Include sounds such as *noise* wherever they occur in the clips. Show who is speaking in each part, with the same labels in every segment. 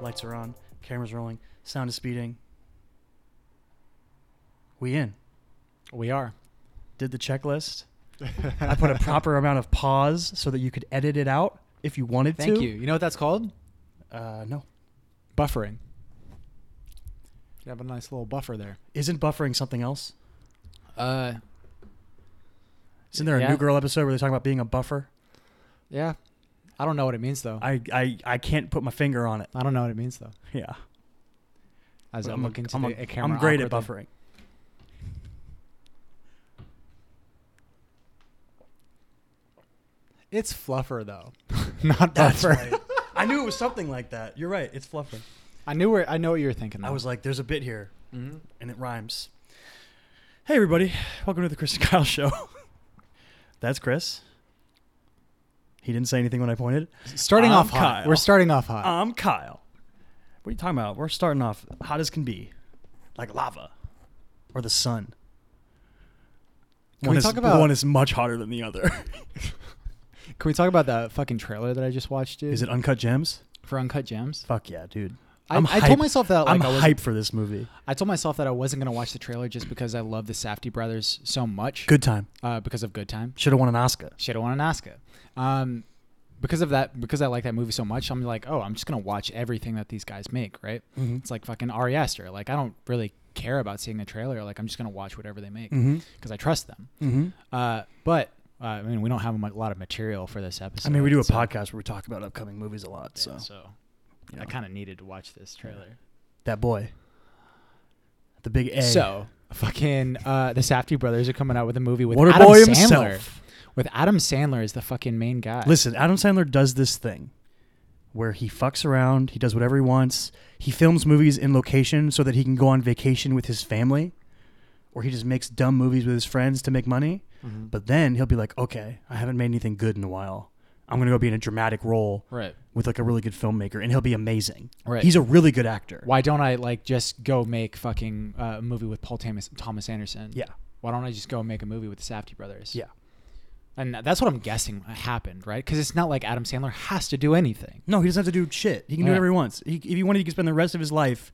Speaker 1: lights are on, cameras rolling, sound is speeding. We in.
Speaker 2: We are.
Speaker 1: Did the checklist. I
Speaker 2: *laughs*
Speaker 1: put a proper amount of pause so that you could edit it out if you wanted
Speaker 2: Thank
Speaker 1: to.
Speaker 2: you. You know what that's called?
Speaker 1: Uh, no.
Speaker 2: Buffering. You have a nice little buffer there.
Speaker 1: Isn't buffering something else?
Speaker 2: Uh,
Speaker 1: Isn't there a
Speaker 2: Yeah.
Speaker 1: New Girl episode where they're talking about being a buffer?
Speaker 2: yeah. I don't know what it means though. I,
Speaker 1: I, I, I can't put my finger on it.
Speaker 2: don't know what it means though.
Speaker 1: Yeah.
Speaker 2: As
Speaker 1: But
Speaker 2: I'm,
Speaker 1: a-
Speaker 2: looking to
Speaker 1: I'm a-
Speaker 2: the camera.
Speaker 1: I'm great at
Speaker 2: awkwardly.
Speaker 1: buffering.
Speaker 2: It's fluffer though, *laughs* not
Speaker 1: That's
Speaker 2: buffer.
Speaker 1: right. *laughs* I knew it was something like that. You're right. It's fluffer.
Speaker 2: *laughs* I knew where. I know what you were thinking.
Speaker 1: I
Speaker 2: though.
Speaker 1: was like, there's a bit here,
Speaker 2: Mhm.
Speaker 1: and it rhymes. Hey, everybody. Welcome to the Chris and *laughs* Kyle Show. That's Chris. He didn't say anything when I pointed.
Speaker 2: starting
Speaker 1: I'm
Speaker 2: off hot.
Speaker 1: Kyle. Uh,
Speaker 2: We're starting off hot.
Speaker 1: I'm Kyle. What are you talking about? We're starting off hot as can be, like lava or the sun.
Speaker 2: Can
Speaker 1: one
Speaker 2: we
Speaker 1: is,
Speaker 2: talk about-
Speaker 1: one is much hotter than the other. *laughs*
Speaker 2: Can we talk about that fucking trailer that I just watched? Dude,
Speaker 1: is it Uncut Gems?
Speaker 2: for Uncut Gems?
Speaker 1: Fuck yeah, dude.
Speaker 2: I,
Speaker 1: I'm
Speaker 2: I
Speaker 1: hype.
Speaker 2: told myself that like
Speaker 1: I'm
Speaker 2: I was
Speaker 1: hyped for this movie.
Speaker 2: I told myself that I wasn't gonna watch the trailer just because I love the Safety brothers so much.
Speaker 1: Good time.
Speaker 2: Uh, because of Good Time.
Speaker 1: Should have won an Oscar.
Speaker 2: Shit, I want an Oscar. Um, because of that, because I like that movie so much, I'm like, oh, I'm just gonna watch everything that these guys make, right?
Speaker 1: Mhm.
Speaker 2: It's like fucking Ari Aster. Like I don't really care about seeing the trailer. Like I'm just gonna watch whatever they make because
Speaker 1: Mm-hmm.
Speaker 2: I trust them.
Speaker 1: Mm-hmm.
Speaker 2: Uh, but uh, I mean, we don't have a mu- lot of material for this episode.
Speaker 1: I mean, we do a
Speaker 2: so-
Speaker 1: podcast where we talk about upcoming movies a lot.
Speaker 2: yeah,
Speaker 1: So,
Speaker 2: so
Speaker 1: you know.
Speaker 2: I kind of needed to watch this trailer.
Speaker 1: that boy, the big A.
Speaker 2: So fucking uh, the Safety brothers are coming out with a movie with
Speaker 1: Waterboy
Speaker 2: Adam Sandler.
Speaker 1: himself.
Speaker 2: With Adam Sandler as the fucking main guy.
Speaker 1: Listen, Adam Sandler does this thing where he fucks around, he does whatever he wants. He films movies in location so that he can go on vacation with his family, or he just makes dumb movies with his friends to make money.
Speaker 2: Mhm.
Speaker 1: But then he'll be like, okay, I haven't made anything good in a while. I'm gonna go be in a dramatic role
Speaker 2: right.
Speaker 1: with like a really good filmmaker, and he'll be amazing.
Speaker 2: Right.
Speaker 1: He's a really good actor.
Speaker 2: Why don't I like just go make fucking uh, a movie with Paul Thomas Thomas Anderson?
Speaker 1: Yeah,
Speaker 2: Why don't I just go make a movie with the Safety brothers?
Speaker 1: yeah.
Speaker 2: And that's what I'm guessing happened, right? Because it's not like Adam Sandler has to do anything.
Speaker 1: No, he doesn't have to do shit. He can do
Speaker 2: Yeah.
Speaker 1: whatever he wants. He, if he wanted, he could spend the rest of his life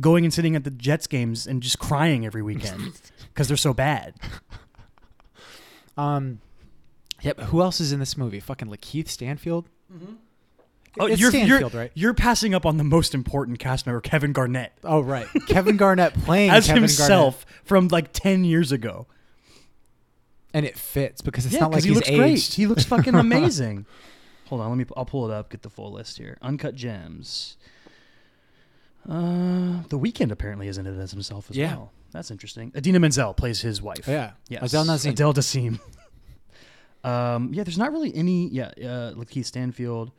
Speaker 1: going and sitting at the Jets games and just crying every weekend because they're so bad.
Speaker 2: Um. Yep. Who else is in this movie? Fucking Lakeith Stanfield.
Speaker 1: Oh,
Speaker 2: It's
Speaker 1: you're,
Speaker 2: Stanfield,
Speaker 1: you're,
Speaker 2: right?
Speaker 1: You're passing up on the most important cast member, Kevin Garnett,
Speaker 2: Oh right,
Speaker 1: *laughs*
Speaker 2: Kevin Garnett playing
Speaker 1: as
Speaker 2: Kevin Garnett.
Speaker 1: himself from like ten years ago.
Speaker 2: and it fits because it's
Speaker 1: yeah,
Speaker 2: not like
Speaker 1: because he
Speaker 2: he's
Speaker 1: looks
Speaker 2: aged.
Speaker 1: great. He looks
Speaker 2: *laughs*
Speaker 1: fucking amazing. Hold on, let me. I'll pull it up. Get the full list here. Uncut gems. Uh, the weekend apparently is in it as himself as
Speaker 2: Yeah.
Speaker 1: well. That's interesting. Adina Menzel plays his wife.
Speaker 2: Yeah.
Speaker 1: Yes.
Speaker 2: Adele Nazim.
Speaker 1: Adele Dazeem. *laughs* um, yeah, there's not really any. Yeah, uh, Lakeith Stanfield,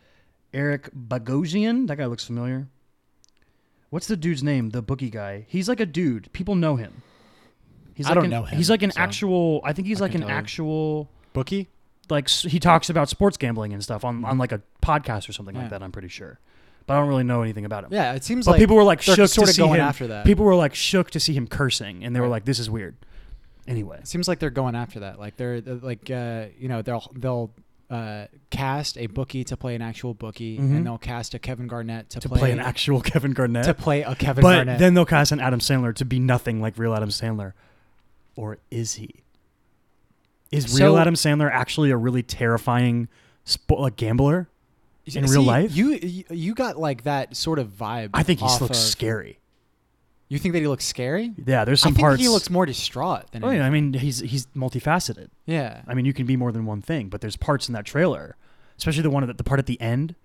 Speaker 1: Eric Bogosian. That guy looks familiar. What's the dude's name? The bookie guy. He's like a dude. People know him. He's
Speaker 2: I
Speaker 1: like
Speaker 2: don't
Speaker 1: an-
Speaker 2: know him,
Speaker 1: He's like an
Speaker 2: so
Speaker 1: actual. I think he's
Speaker 2: I
Speaker 1: like
Speaker 2: can
Speaker 1: an
Speaker 2: tell you.
Speaker 1: actual.
Speaker 2: Bookie.
Speaker 1: Like s- he talks about sports gambling and stuff on, on like a podcast or something
Speaker 2: Yeah.
Speaker 1: like that. I'm pretty sure, but I don't really know anything about him.
Speaker 2: Yeah, it seems
Speaker 1: But
Speaker 2: like
Speaker 1: people were like
Speaker 2: they're
Speaker 1: shook
Speaker 2: sorta
Speaker 1: to see
Speaker 2: going
Speaker 1: him.
Speaker 2: after that.
Speaker 1: People were like shook to see him cursing, and they were
Speaker 2: Right.
Speaker 1: like, "This is weird." Anyway,
Speaker 2: It seems like they're going after that. Like they're, they're like uh, you know they'll they'll uh, cast a bookie to play an actual bookie,
Speaker 1: Mhm.
Speaker 2: and they'll cast a Kevin Garnett to,
Speaker 1: to play, an actual *laughs* Kevin Garnett.
Speaker 2: to play a Kevin
Speaker 1: but
Speaker 2: Garnett.
Speaker 1: then they'll cast an Adam Sandler to be nothing like real Adam Sandler. Or is he? Is
Speaker 2: So-
Speaker 1: real Adam Sandler actually a really terrifying spo- like gambler?
Speaker 2: You
Speaker 1: in real
Speaker 2: see,
Speaker 1: life?
Speaker 2: you you- you got like that sort of vibe.
Speaker 1: I think he
Speaker 2: off
Speaker 1: looks
Speaker 2: of-
Speaker 1: scary.
Speaker 2: You think that he looks scary?
Speaker 1: Yeah, there's some
Speaker 2: I think
Speaker 1: parts.
Speaker 2: he looks more distraught than.
Speaker 1: Oh yeah,
Speaker 2: anything.
Speaker 1: I mean he's he's multifaceted.
Speaker 2: yeah.
Speaker 1: I mean you can be more than one thing, but there's parts in that trailer, especially the one at the part at the end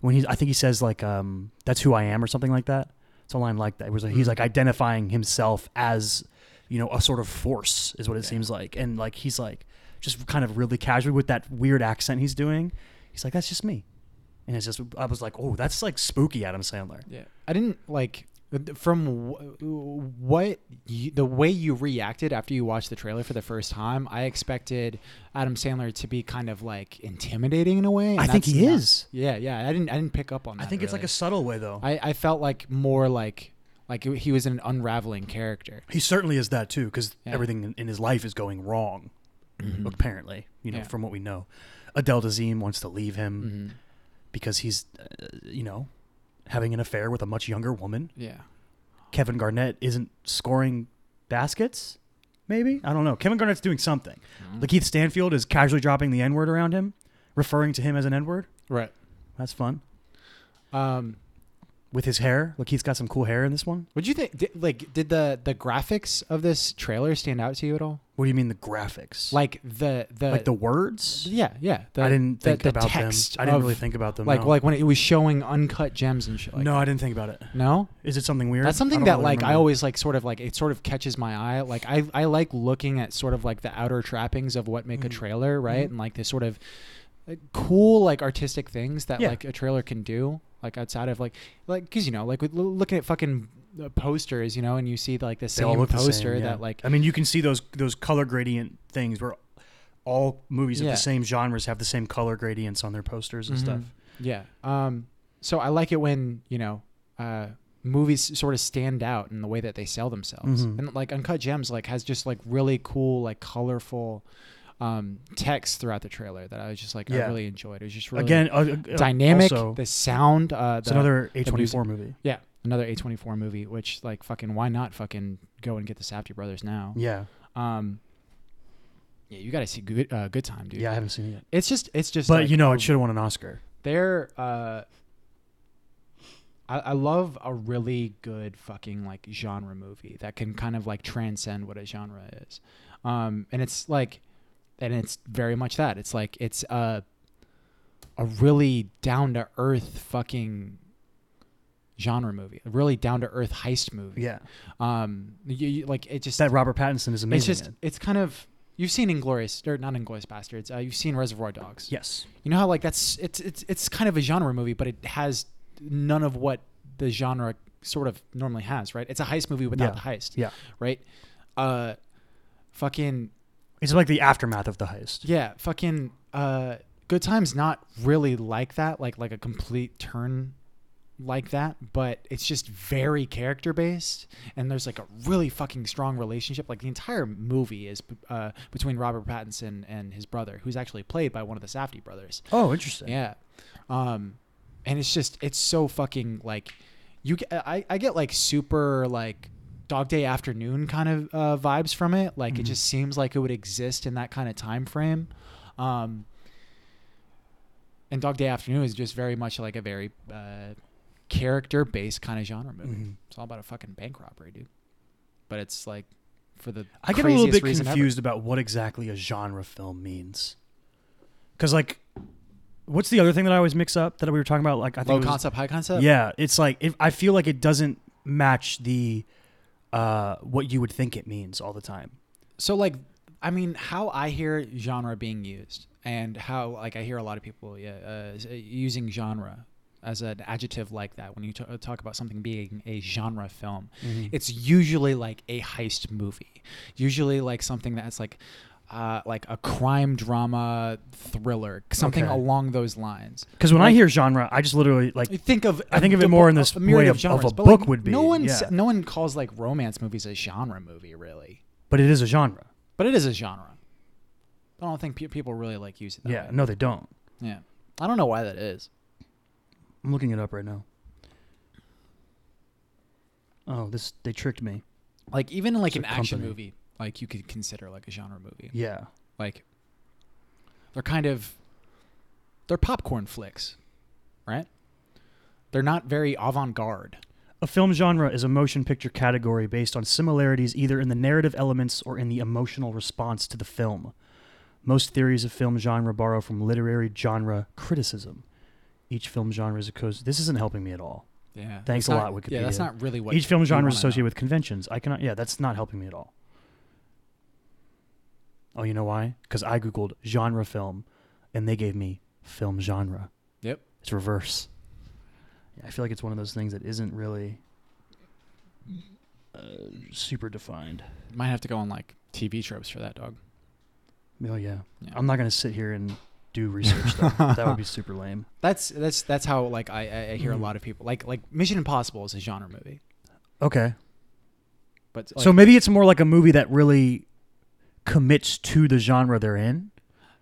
Speaker 1: when he's I think he says like um that's who I am or something like that. It's a line like that. It was like,
Speaker 2: Mm-hmm.
Speaker 1: he's like identifying himself as you know a sort of force is what it
Speaker 2: Yeah.
Speaker 1: seems like, and like he's like just kind of really casually with that weird accent he's doing. He's like that's just me, and it's just I was like oh that's like spooky Adam Sandler.
Speaker 2: Yeah, I didn't like from wh- uh, what you, the way you reacted after you watched the trailer for the first time. I expected Adam Sandler to be kind of like intimidating in a way. and
Speaker 1: I think
Speaker 2: that's
Speaker 1: he
Speaker 2: not-
Speaker 1: is.
Speaker 2: Yeah, yeah. I didn't. I didn't pick up on that.
Speaker 1: I think it's like a
Speaker 2: really.
Speaker 1: subtle way though.
Speaker 2: I I felt like more like like he was an unraveling character.
Speaker 1: He certainly is that too, because
Speaker 2: Yeah. Mm-hmm.
Speaker 1: everything in, in his life is going wrong. Apparently, you know,
Speaker 2: Yeah.
Speaker 1: from what we know, Adele Dazeem wants to leave him
Speaker 2: Mhm.
Speaker 1: because he's, uh, you know, having an affair with a much younger woman.
Speaker 2: Yeah.
Speaker 1: Kevin Garnett isn't scoring baskets. Maybe I don't know. Kevin Garnett's doing something.
Speaker 2: Mm-hmm.
Speaker 1: Lakeith Stanfield is casually dropping the N word around him, referring to him as an N word.
Speaker 2: Right.
Speaker 1: That's fun.
Speaker 2: Um,
Speaker 1: With his hair, Lakeith's got some cool hair in this one.
Speaker 2: what do you think? Did, like, did the the graphics of this trailer stand out to you at all?
Speaker 1: What do you mean the graphics?
Speaker 2: Like the the
Speaker 1: like the words?
Speaker 2: yeah yeah. The,
Speaker 1: I didn't
Speaker 2: the-
Speaker 1: think
Speaker 2: the
Speaker 1: about them.
Speaker 2: text
Speaker 1: I didn't
Speaker 2: of-
Speaker 1: really think about them.
Speaker 2: like
Speaker 1: no.
Speaker 2: like when it was showing uncut gems and shit. Like,
Speaker 1: no, I didn't think about it.
Speaker 2: no.
Speaker 1: Is it something weird?
Speaker 2: That's
Speaker 1: I
Speaker 2: something
Speaker 1: don't
Speaker 2: that
Speaker 1: really
Speaker 2: like I
Speaker 1: remember.
Speaker 2: always like sort of like it sort of catches my eye. Like I I like looking at sort of like the outer trappings of what make a
Speaker 1: Mhm.
Speaker 2: trailer, right?
Speaker 1: Mhm.
Speaker 2: And like the sort of uh, cool like artistic things that
Speaker 1: Yeah.
Speaker 2: like a trailer can do like outside of like like cuz you know like with l- looking at fucking uh, posters, you know, and you see like the
Speaker 1: They all
Speaker 2: same
Speaker 1: look the same,
Speaker 2: poster
Speaker 1: yeah.
Speaker 2: that like
Speaker 1: I mean, you can see those those color gradient things where all movies of
Speaker 2: Yeah.
Speaker 1: the same genres have the same color gradients on their posters and stuff.
Speaker 2: Mhm. Yeah. Um. So I like it when you know, uh, movies sort of stand out in the way that they sell themselves,
Speaker 1: Mhm.
Speaker 2: and like Uncut Gems like has just like really cool, like colorful, um, text throughout the trailer that I was just like I
Speaker 1: Yeah.
Speaker 2: really enjoyed. It was just really
Speaker 1: Again, uh, uh,
Speaker 2: dynamic.
Speaker 1: Also,
Speaker 2: the sound. Uh,
Speaker 1: it's
Speaker 2: the,
Speaker 1: another
Speaker 2: music.
Speaker 1: A24 movie.
Speaker 2: yeah, another A twenty four movie. Which like fucking why not fucking go and get the Safety Brothers now?
Speaker 1: Yeah,
Speaker 2: Um. Yeah, you gotta see good uh, good time, dude.
Speaker 1: yeah, I haven't seen it yet.
Speaker 2: It's just it's just.
Speaker 1: But
Speaker 2: like,
Speaker 1: you know,
Speaker 2: a
Speaker 1: it should have won an Oscar.
Speaker 2: they're uh I, I love a really good fucking like genre movie that can kind of like transcend what a genre is um and it's like and it's very much that it's like it's a a really down to earth fucking genre movie a really down to earth heist movie
Speaker 1: Yeah,
Speaker 2: um you, you- like it just
Speaker 1: that Robert Pattinson is amazing.
Speaker 2: it's just
Speaker 1: in it.
Speaker 2: it's kind of you've seen inglorious or not inglorious bastards uh, you've seen reservoir dogs
Speaker 1: yes,
Speaker 2: you know how like that's it's it's it's kind of a genre movie, but it has none of what the genre sort of normally has, right? It's a heist movie without
Speaker 1: Yeah.
Speaker 2: the heist,
Speaker 1: yeah.
Speaker 2: right? Uh, fucking
Speaker 1: It's like the aftermath of the heist.
Speaker 2: yeah, fucking uh, Good Times not really like that, like like a complete turn like that, but it's just very character based, and there's like a really fucking strong relationship. Like the entire movie is uh, between Robert Pattinson and his brother, who's actually played by one of the Safdie brothers.
Speaker 1: Oh, interesting.
Speaker 2: Yeah. Um, and it's just it's so fucking like you get, I, I get like super like dog day afternoon kind of uh, vibes from it. Like it
Speaker 1: Mhm.
Speaker 2: just seems like it would exist in that kind of time frame. Um, and dog day afternoon is just very much like a very uh, character based kind of genre movie.
Speaker 1: Mhm.
Speaker 2: It's all about a fucking bank robbery, dude. But it's like for the
Speaker 1: I get a little
Speaker 2: craziest
Speaker 1: bit
Speaker 2: reason ever.
Speaker 1: confused about what exactly a genre film means. Because, like, what's the other thing that I always mix up that we were talking about? Like, I think
Speaker 2: Low
Speaker 1: it was-
Speaker 2: concept, high concept.
Speaker 1: Yeah, it's like if, I feel like it doesn't match the uh, what you would think it means all the time.
Speaker 2: so like i mean how i hear genre being used and how like i hear a lot of people yeah uh, s- using genre as an adjective like that when you t- talk about something being a genre film it's usually like a heist movie usually like something that's like uh, like a crime drama thriller something
Speaker 1: Okay.
Speaker 2: along those lines
Speaker 1: Because when I
Speaker 2: Like-
Speaker 1: hear genre, I just literally like
Speaker 2: you think of
Speaker 1: I think of
Speaker 2: the
Speaker 1: it more in
Speaker 2: bo-
Speaker 1: this
Speaker 2: a myriad
Speaker 1: way of- of
Speaker 2: genres,
Speaker 1: a
Speaker 2: but, like,
Speaker 1: book would be,
Speaker 2: no one s-
Speaker 1: yeah.
Speaker 2: no one calls like romance movies a genre movie really
Speaker 1: but it is a genre.
Speaker 2: but it is a genre. I don't think pe- people really like use it. That
Speaker 1: Yeah,
Speaker 2: way.
Speaker 1: no, they don't.
Speaker 2: Yeah. I don't know why that is.
Speaker 1: I'm looking it up right now. Oh, this they tricked me.
Speaker 2: Like even in like
Speaker 1: It's a
Speaker 2: an action
Speaker 1: company.
Speaker 2: movie, like you could consider like a genre movie.
Speaker 1: Yeah,
Speaker 2: Like they're kind of they're popcorn flicks, right? They're not very avant-garde.
Speaker 1: a film genre is a motion picture category based on similarities either in the narrative elements or in the emotional response to the film. Most theories of film genre borrow from literary genre criticism. Each film genre is a co- This isn't helping me at all.
Speaker 2: Yeah.
Speaker 1: Thanks
Speaker 2: That's
Speaker 1: a
Speaker 2: not-
Speaker 1: lot,
Speaker 2: Yeah, that's
Speaker 1: Wikipedia.
Speaker 2: not really what
Speaker 1: Each film
Speaker 2: we
Speaker 1: genre is
Speaker 2: wanna know.
Speaker 1: associated with conventions. I cannot. Yeah, that's not helping me at all. Oh, you know why? Because I googled genre film, and they gave me film genre.
Speaker 2: Yep.
Speaker 1: It's reverse. Yeah, I feel like it's one of those things that isn't really uh, super defined.
Speaker 2: Might have to go on like TV tropes for that dog.
Speaker 1: Oh yeah,
Speaker 2: Yeah.
Speaker 1: I'm not gonna sit here and do research.
Speaker 2: *laughs*
Speaker 1: though. that would be super lame.
Speaker 2: That's that's that's how like I, I- I hear a
Speaker 1: Mhm.
Speaker 2: lot of people like like Mission Impossible is a genre movie,
Speaker 1: Okay,
Speaker 2: but
Speaker 1: so
Speaker 2: like-
Speaker 1: maybe it's more like a movie that really commits to the genre they're in.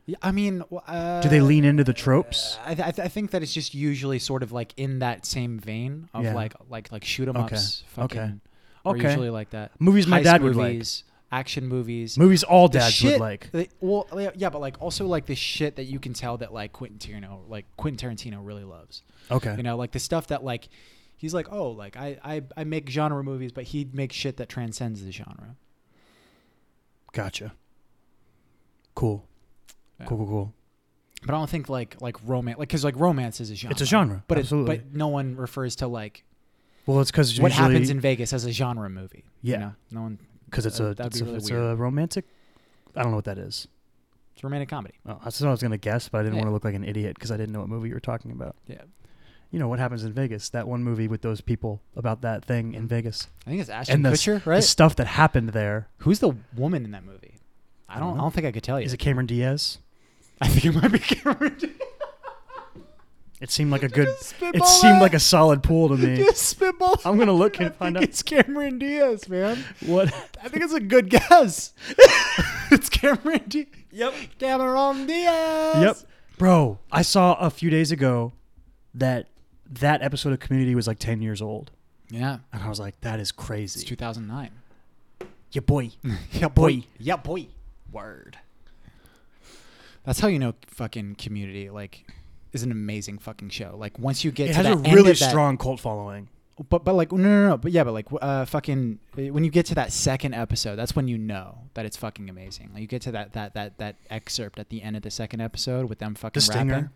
Speaker 2: Yeah, I mean, w- uh,
Speaker 1: Do they lean into the tropes?
Speaker 2: I, th- I, th- I think that it's just usually sort of like in that same vein of
Speaker 1: Yeah.
Speaker 2: like like like shoot 'em
Speaker 1: Okay.
Speaker 2: ups,
Speaker 1: Okay.
Speaker 2: fucking, are
Speaker 1: Okay.
Speaker 2: usually like that.
Speaker 1: Movies my
Speaker 2: Heist
Speaker 1: dad would like.
Speaker 2: movies, action movies,
Speaker 1: Movies all
Speaker 2: The
Speaker 1: dads
Speaker 2: shit-
Speaker 1: would like.
Speaker 2: the- well, yeah, yeah, but like also like the shit that you can tell that like Quentin Tarantino, like Quentin Tarantino, really loves.
Speaker 1: Okay.
Speaker 2: You know, like the stuff that like he's like, oh, like I I, I make genre movies, but he makes shit that transcends the genre.
Speaker 1: Gotcha. Cool.
Speaker 2: Yeah.
Speaker 1: Cool, cool, cool.
Speaker 2: But I don't think like like romance, like because like romance is a genre.
Speaker 1: It's a genre.
Speaker 2: but
Speaker 1: absolutely.
Speaker 2: It, but no one refers to like
Speaker 1: well, it's because
Speaker 2: what
Speaker 1: usually,
Speaker 2: happens in Vegas as a genre movie.
Speaker 1: Yeah.
Speaker 2: you know? no one.
Speaker 1: because it's
Speaker 2: uh,
Speaker 1: a
Speaker 2: that'd
Speaker 1: it's,
Speaker 2: be
Speaker 1: a,
Speaker 2: really
Speaker 1: it's
Speaker 2: weird.
Speaker 1: a romantic. I don't know what that is.
Speaker 2: It's a romantic comedy.
Speaker 1: Oh, that's what I was gonna guess, but I didn't
Speaker 2: Yeah.
Speaker 1: want to look like an idiot because I didn't know what movie you were talking about.
Speaker 2: Yeah,
Speaker 1: You know what happens in Vegas? That one movie with those people about that thing in Vegas.
Speaker 2: I think it's Ashton
Speaker 1: the s-
Speaker 2: Kutcher,
Speaker 1: The
Speaker 2: right?
Speaker 1: stuff that happened there.
Speaker 2: Who's the woman in that movie? I
Speaker 1: I don't
Speaker 2: don't. I don't,
Speaker 1: know.
Speaker 2: think I could tell you.
Speaker 1: Is it Cameron Diaz?
Speaker 2: *laughs* I think it might be Cameron. Diaz.
Speaker 1: It seemed
Speaker 2: *laughs*
Speaker 1: like a good.
Speaker 2: Just spitball
Speaker 1: It seemed like
Speaker 2: that.
Speaker 1: a solid pool
Speaker 2: *laughs*
Speaker 1: to me.
Speaker 2: Just spitball.
Speaker 1: I'm gonna
Speaker 2: that.
Speaker 1: look
Speaker 2: I
Speaker 1: and find
Speaker 2: think
Speaker 1: out.
Speaker 2: It's Cameron Diaz, man.
Speaker 1: What?
Speaker 2: I think it's a good guess. *laughs* it's Cameron Diaz.
Speaker 1: Yep.
Speaker 2: Cameron Diaz.
Speaker 1: Yep. Bro, I saw a few days ago that that episode of Community was like 10 years old.
Speaker 2: Yeah.
Speaker 1: And I was like, that is
Speaker 2: It's
Speaker 1: crazy.
Speaker 2: 2009.
Speaker 1: *laughs* yeah, boy.
Speaker 2: yeah,
Speaker 1: boy.
Speaker 2: Yeah, boy.
Speaker 1: Word.
Speaker 2: That's how you know fucking Community like is an amazing fucking show. Like once you get
Speaker 1: It
Speaker 2: to
Speaker 1: has
Speaker 2: that
Speaker 1: a
Speaker 2: end of
Speaker 1: really
Speaker 2: that-
Speaker 1: strong cult following.
Speaker 2: but but like no no no. But yeah, but like uh, fucking when you get to that second episode, that's when you know that it's fucking amazing. Like you get to that that that that excerpt at the end of the second episode with them fucking
Speaker 1: The stinger.
Speaker 2: rapping.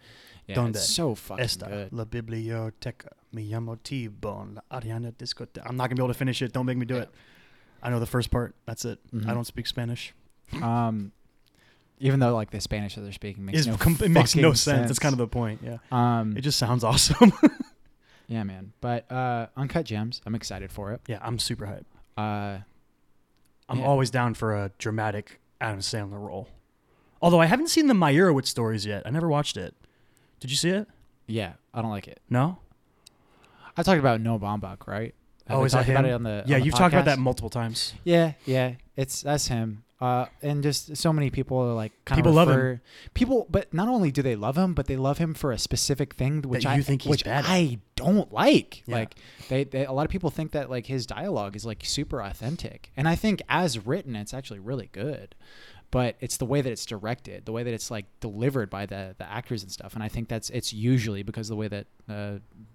Speaker 2: Yeah,
Speaker 1: Donde
Speaker 2: it's so fucking
Speaker 1: Esta,
Speaker 2: good.
Speaker 1: la biblioteca, mi llamo T-Bone, la Ariana Discoteca. I'm not going to be able to finish it. Don't make me do
Speaker 2: Yeah.
Speaker 1: it. I know the first part. That's it.
Speaker 2: Mhm.
Speaker 1: I don't speak Spanish.
Speaker 2: Um, even though like the Spanish that they're speaking makes
Speaker 1: It's
Speaker 2: no
Speaker 1: com- it makes no
Speaker 2: fucking
Speaker 1: sense. That's kind of the point. Yeah.
Speaker 2: um
Speaker 1: It just sounds *laughs* awesome.
Speaker 2: yeah man. But uh, Uncut Gems, I'm excited for it.
Speaker 1: yeah, I'm super hyped.
Speaker 2: Uh,
Speaker 1: I'm
Speaker 2: Yeah.
Speaker 1: always down for a dramatic Adam Sandler role. Although I haven't seen the Meyerowitz stories yet. I never watched it. Did you see it?
Speaker 2: yeah, I don't like it.
Speaker 1: No?
Speaker 2: I talked about Noah Baumbach, right? Have
Speaker 1: Oh,
Speaker 2: I
Speaker 1: is that
Speaker 2: talked about
Speaker 1: him?
Speaker 2: it on the
Speaker 1: yeah,
Speaker 2: on the
Speaker 1: you've talked about
Speaker 2: podcast?
Speaker 1: that multiple times.
Speaker 2: Yeah, yeah, it's that's him. Uh, and just so many people are like kind
Speaker 1: People
Speaker 2: of
Speaker 1: love him.
Speaker 2: him. People, but not only do they love him, but they love him for a specific thing, which
Speaker 1: you
Speaker 2: I
Speaker 1: think he's
Speaker 2: which
Speaker 1: bad at.
Speaker 2: I don't like.
Speaker 1: Yeah.
Speaker 2: Like they, they, a lot of people think that like his dialogue is like super authentic, and I think as written, it's actually really good. But it's the way that it's directed, the way that it's like delivered by the the actors and stuff, and I think that's it's usually because of the way that uh,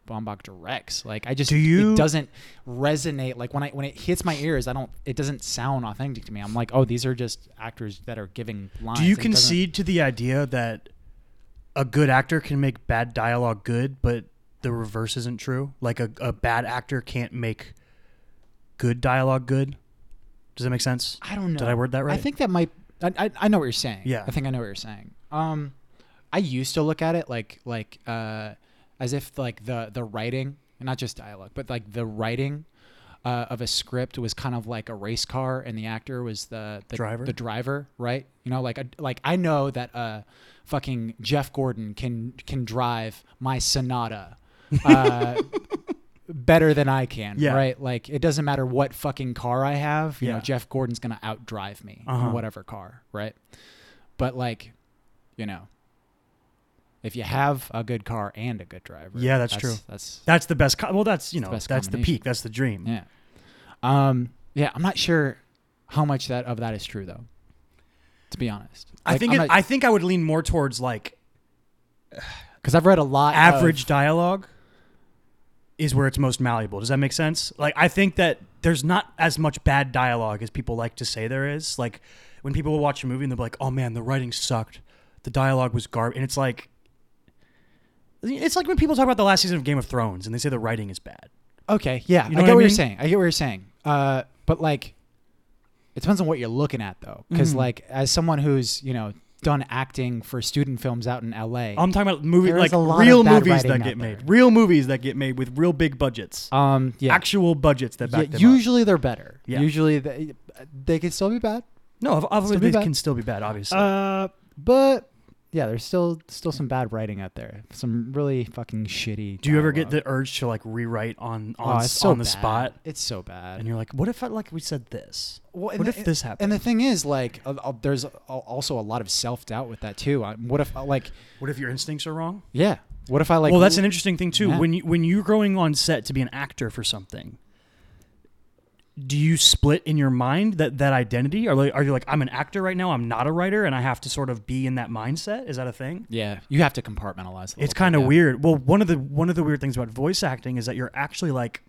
Speaker 2: Bombach directs. Like I just
Speaker 1: Do you-
Speaker 2: it doesn't resonate like when i when it hits my ears i don't it doesn't sound authentic to me i'm like oh these are just actors that are giving lines
Speaker 1: Do you
Speaker 2: Uh, It doesn't-
Speaker 1: concede to the idea that a good actor can make bad dialogue good, but the reverse isn't true? Like a, a bad actor can't make good dialogue good? Does that make sense?
Speaker 2: i don't know
Speaker 1: Did I word that right?
Speaker 2: i think that might I, I i know what you're saying
Speaker 1: Yeah.
Speaker 2: i think i know what you're saying um i used to look at it like like uh as if like the the writing not just dialogue but like the writing uh, of a script was kind of like a race car and the actor was the, the
Speaker 1: Driver?
Speaker 2: the driver right you know like I- like i know that uh fucking jeff gordon can can drive my sonata
Speaker 1: *laughs*
Speaker 2: uh better than i can
Speaker 1: Yeah.
Speaker 2: right like it doesn't matter what fucking car i have you know
Speaker 1: Yeah.
Speaker 2: jeff gordon's gonna outdrive me
Speaker 1: Uh-huh.
Speaker 2: in whatever car right but like you know if you have a good car and a good driver
Speaker 1: Yeah, that's true.
Speaker 2: that's
Speaker 1: That's the best. Co- well, that's, you know,
Speaker 2: best
Speaker 1: that's the
Speaker 2: combination.
Speaker 1: peak. That's the dream.
Speaker 2: yeah. Um. Yeah, I'm not sure how much that of that is true though. To be honest,
Speaker 1: I think it, I think I would lean more towards like
Speaker 2: because I've read a lot. of-
Speaker 1: average dialogue is where it's most malleable. Does that make sense? Like I think that there's not as much bad dialogue as people like to say there is. Like when people will watch a movie and they're like, "Oh man, the writing sucked. The dialogue was garbage." And it's like it's like when people talk about the last season of Game of Thrones and they say the writing is bad.
Speaker 2: okay. Yeah,
Speaker 1: You know
Speaker 2: I
Speaker 1: what
Speaker 2: get what,
Speaker 1: I
Speaker 2: you're
Speaker 1: mean?
Speaker 2: saying. I get what you're saying. Uh, but like, it depends on what you're looking at though, because
Speaker 1: Mhm.
Speaker 2: like, as someone who's you know done acting for student films out in L.A.
Speaker 1: I'm talking about movies
Speaker 2: There is
Speaker 1: like
Speaker 2: a lot of
Speaker 1: real
Speaker 2: bad
Speaker 1: movies
Speaker 2: writing
Speaker 1: that
Speaker 2: out
Speaker 1: get made.
Speaker 2: there.
Speaker 1: Real movies that get made with real big budgets.
Speaker 2: um, yeah.
Speaker 1: Actual budgets that back
Speaker 2: yeah,
Speaker 1: them up.
Speaker 2: usually they're better.
Speaker 1: Yeah.
Speaker 2: Usually they they can still be bad,
Speaker 1: No, obviously
Speaker 2: be
Speaker 1: they
Speaker 2: bad.
Speaker 1: can still be bad obviously.
Speaker 2: uh, but yeah, there's still still some bad writing out there. Some really fucking shitty.
Speaker 1: Do you ever get
Speaker 2: dialogue.
Speaker 1: the urge to like rewrite on
Speaker 2: Oh,
Speaker 1: on,
Speaker 2: it's
Speaker 1: s-
Speaker 2: so
Speaker 1: on the
Speaker 2: bad.
Speaker 1: spot?
Speaker 2: It's so bad.
Speaker 1: And you're like, what if I like we said this?
Speaker 2: Well, and
Speaker 1: what
Speaker 2: the-
Speaker 1: if this happened?
Speaker 2: And the thing is, like, uh, uh, there's al- also a lot of self doubt with that too. I, what if, uh, like,
Speaker 1: what if your instincts are wrong?
Speaker 2: yeah, what if I like?
Speaker 1: well, that's an interesting thing too.
Speaker 2: Yeah.
Speaker 1: When you when you're going on set to be an actor for something, do you split in your mind that that identity? Are like, are you like I'm an actor right now? I'm not a writer, and I have to sort of be in that mindset. Is that a thing?
Speaker 2: yeah. You have to compartmentalize.
Speaker 1: It's kind of weird. Well, one of the one of the weird things about voice acting is that you're actually like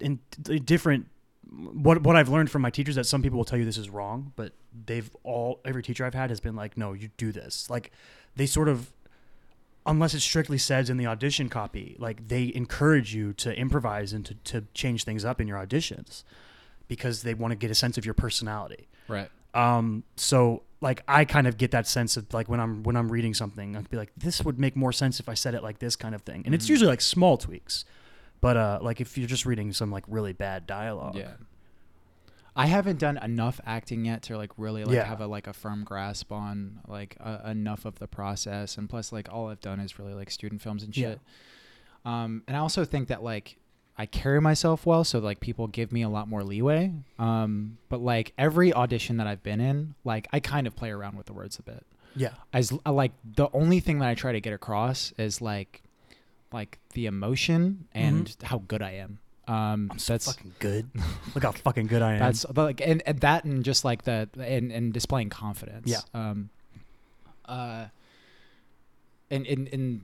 Speaker 1: in d- different. What what I've learned from my teachers that some people will tell you this is wrong, but they've all every teacher I've had has been like, no, you do this. Like they sort of, unless it strictly says in the audition copy, like they encourage you to improvise and to to change things up in your auditions because they want to get a sense of your personality.
Speaker 2: right?
Speaker 1: Um, so like I kind of get that sense of like when I'm when I'm reading something, I'd be like, this would make more sense if I said it like this kind of thing. And it's
Speaker 2: Mhm.
Speaker 1: usually like small tweaks. But uh like if you're just reading some like really bad dialogue.
Speaker 2: Yeah. I haven't done enough acting yet to like really like
Speaker 1: Yeah.
Speaker 2: have a like a firm grasp on like uh, enough of the process, and plus like all I've done is really like student films and
Speaker 1: Yeah.
Speaker 2: shit. Um, and I also think that like I carry myself well, so like people give me a lot more leeway. Um, but like every audition that I've been in, like I kind of play around with the words a bit.
Speaker 1: Yeah.
Speaker 2: As I, like the only thing that I try to get across is like like the emotion and how good I am. Um,
Speaker 1: Mm-hmm. I'm so
Speaker 2: that's
Speaker 1: fucking good. Look how fucking good I am.
Speaker 2: that's but like and, and that and just like the and and displaying confidence.
Speaker 1: Yeah.
Speaker 2: Um. Uh. And and and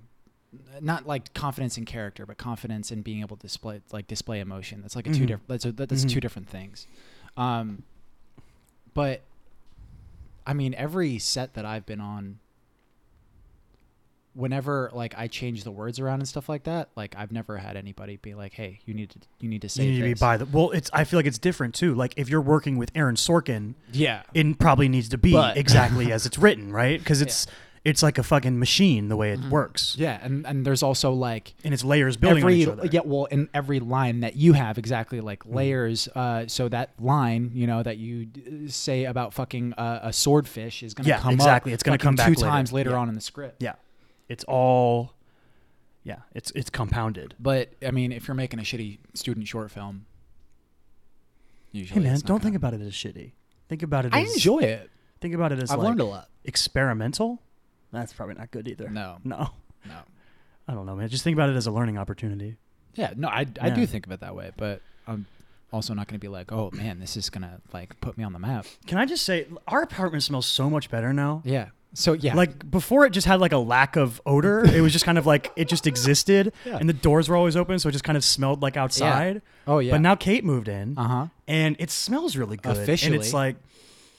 Speaker 2: not like confidence in character, but confidence in being able to display like display emotion. That's like a two
Speaker 1: Mhm.
Speaker 2: different. That's a, that, that's
Speaker 1: Mhm.
Speaker 2: two different things. Um. But. I mean, every set that I've been on. Whenever like I change the words around and stuff like that, like I've never had anybody be like, "Hey, you need to you need to say
Speaker 1: you need to be
Speaker 2: this."
Speaker 1: by the well, it's I feel like it's different too. Like if you're working with Aaron Sorkin,
Speaker 2: yeah,
Speaker 1: it probably needs to be
Speaker 2: But- *laughs*
Speaker 1: exactly as it's written, right? Because
Speaker 2: Yeah.
Speaker 1: it's it's like a fucking machine the way it
Speaker 2: Mhm.
Speaker 1: works.
Speaker 2: Yeah, and and there's also like
Speaker 1: And it's layers building
Speaker 2: every
Speaker 1: on each other. Hmm.
Speaker 2: yeah, well, in every line that you have exactly like layers. Uh, so that line, you know, that you d- say about fucking uh, a swordfish is gonna
Speaker 1: Yeah,
Speaker 2: come
Speaker 1: exactly.
Speaker 2: Up
Speaker 1: It's gonna
Speaker 2: fucking
Speaker 1: come back
Speaker 2: two
Speaker 1: later.
Speaker 2: times later
Speaker 1: Yeah.
Speaker 2: on in the script.
Speaker 1: Yeah. It's all Yeah, it's it's compounded.
Speaker 2: But I mean, if you're making a shitty student short film,
Speaker 1: Hey
Speaker 2: usually
Speaker 1: man,
Speaker 2: it's not
Speaker 1: don't think
Speaker 2: gonna-
Speaker 1: about it as shitty. Think about it
Speaker 2: I
Speaker 1: as
Speaker 2: enjoy it.
Speaker 1: think about it as
Speaker 2: I've
Speaker 1: like
Speaker 2: learned a lot.
Speaker 1: experimental. That's probably not good either.
Speaker 2: No,
Speaker 1: No.
Speaker 2: no,
Speaker 1: I don't know, man. Just think about it as a learning opportunity.
Speaker 2: yeah, no. I I
Speaker 1: Yeah.
Speaker 2: do think of it that way, but I'm also not gonna be like, oh man, this is gonna like put me on the map.
Speaker 1: Can I just say our apartment smells so much better now?
Speaker 2: Yeah. So yeah,
Speaker 1: Like before it just had like a lack of
Speaker 2: *laughs*
Speaker 1: odor. it was just kind of like it just existed
Speaker 2: Yeah.
Speaker 1: and the doors were always open so it just kind of smelled like outside.
Speaker 2: oh yeah,
Speaker 1: But now Kate moved in
Speaker 2: uh huh.
Speaker 1: and it smells really good. And
Speaker 2: Officially.
Speaker 1: it's like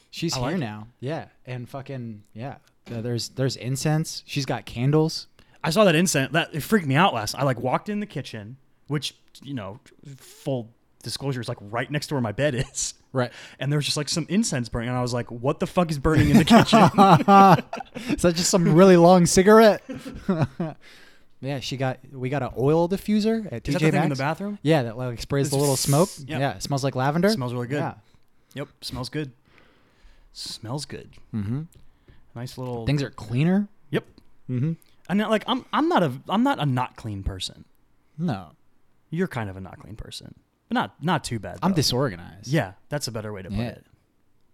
Speaker 2: She's
Speaker 1: I
Speaker 2: here
Speaker 1: like it.
Speaker 2: now. Yeah, and fucking yeah. Uh, There's there's incense. She's got candles.
Speaker 1: I saw that incident that it freaked me out last. I like walked in the kitchen, which you know, full disclosure is like right next to where my bed is, *laughs*
Speaker 2: *laughs* Right.
Speaker 1: and there was just like some incense burning, and I was like, "What the fuck is burning in
Speaker 2: *laughs*
Speaker 1: the kitchen?"
Speaker 2: Is that just some really long cigarette? *laughs* yeah, she got we got an oil diffuser at
Speaker 1: is that the
Speaker 2: TJ
Speaker 1: thing in the
Speaker 2: Maxx.
Speaker 1: bathroom?
Speaker 2: Yeah, that like sprays the
Speaker 1: It's-
Speaker 2: little smoke.
Speaker 1: Yep.
Speaker 2: Yeah, it smells like lavender.
Speaker 1: Smells really good.
Speaker 2: Yeah.
Speaker 1: Yep, smells good. Smells good.
Speaker 2: Mm-hmm.
Speaker 1: Nice little.
Speaker 2: Things are cleaner.
Speaker 1: Yep.
Speaker 2: Mm-hmm.
Speaker 1: And like I'm, I'm not a, I'm not a not clean person.
Speaker 2: No,
Speaker 1: You're kind of a not clean person, but not, not too bad.
Speaker 2: I'm
Speaker 1: though.
Speaker 2: disorganized.
Speaker 1: Yeah, that's a better way to put
Speaker 2: Yeah.
Speaker 1: it.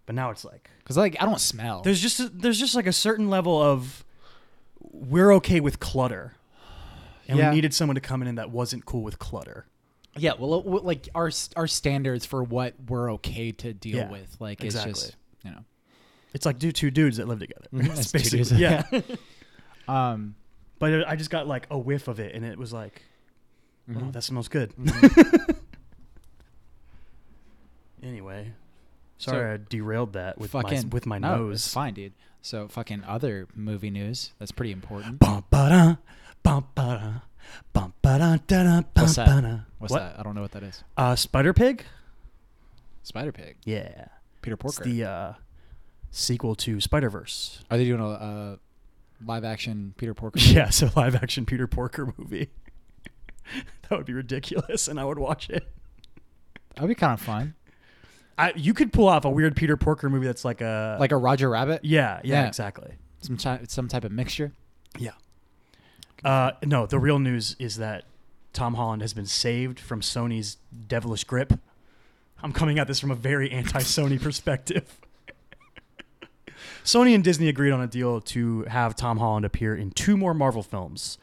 Speaker 1: But now it's like
Speaker 2: because like I don't smell.
Speaker 1: There's just a, there's just like a certain level of we're okay with clutter, and
Speaker 2: Yeah.
Speaker 1: we needed someone to come in that wasn't cool with clutter.
Speaker 2: yeah, well, it- well, like our s- our standards for what we're okay to deal
Speaker 1: Yeah,
Speaker 2: with, like
Speaker 1: exactly.
Speaker 2: it's just you know.
Speaker 1: It's like do two dudes that live together.
Speaker 2: Mhm.
Speaker 1: It's *laughs*
Speaker 2: That's two
Speaker 1: basically-
Speaker 2: dudes. *laughs*
Speaker 1: yeah.
Speaker 2: Um,
Speaker 1: but it, I just got like a whiff of it, and it was like, oh,
Speaker 2: mhm.
Speaker 1: that smells good.
Speaker 2: Mm-hmm.
Speaker 1: *laughs* anyway, sorry I derailed that with my
Speaker 2: fucking
Speaker 1: with my
Speaker 2: no, It's
Speaker 1: nose.
Speaker 2: fine, dude. So fucking other movie news that's pretty important.
Speaker 1: Bum, ba-da, bum, ba-da, bum, ba-da, da-da, bum,
Speaker 2: What's that?
Speaker 1: ba-da.
Speaker 2: What's
Speaker 1: What?
Speaker 2: that? I don't know what that is.
Speaker 1: Uh, Spider Pig.
Speaker 2: Spider Pig.
Speaker 1: Yeah.
Speaker 2: Peter
Speaker 1: It's
Speaker 2: Porker.
Speaker 1: the uh, sequel to Spider *laughs* Verse.
Speaker 2: Are they doing a uh, live action
Speaker 1: *laughs*
Speaker 2: Peter Porker? movie?
Speaker 1: Yeah, so live action Peter Porker movie. *laughs* that would be ridiculous, and I would watch it.
Speaker 2: that'd be kind of fun.
Speaker 1: I, you could pull off a weird Peter Porker movie that's like a
Speaker 2: Like a Roger Rabbit.
Speaker 1: yeah, yeah,
Speaker 2: Yeah.
Speaker 1: exactly.
Speaker 2: some type some type of mixture.
Speaker 1: Yeah. Uh, no, the real news is that Tom Holland has been saved from Sony's devilish grip. I'm coming at this from a very anti-Sony perspective. Sony and Disney agreed on a deal to have Tom Holland appear in two more Marvel films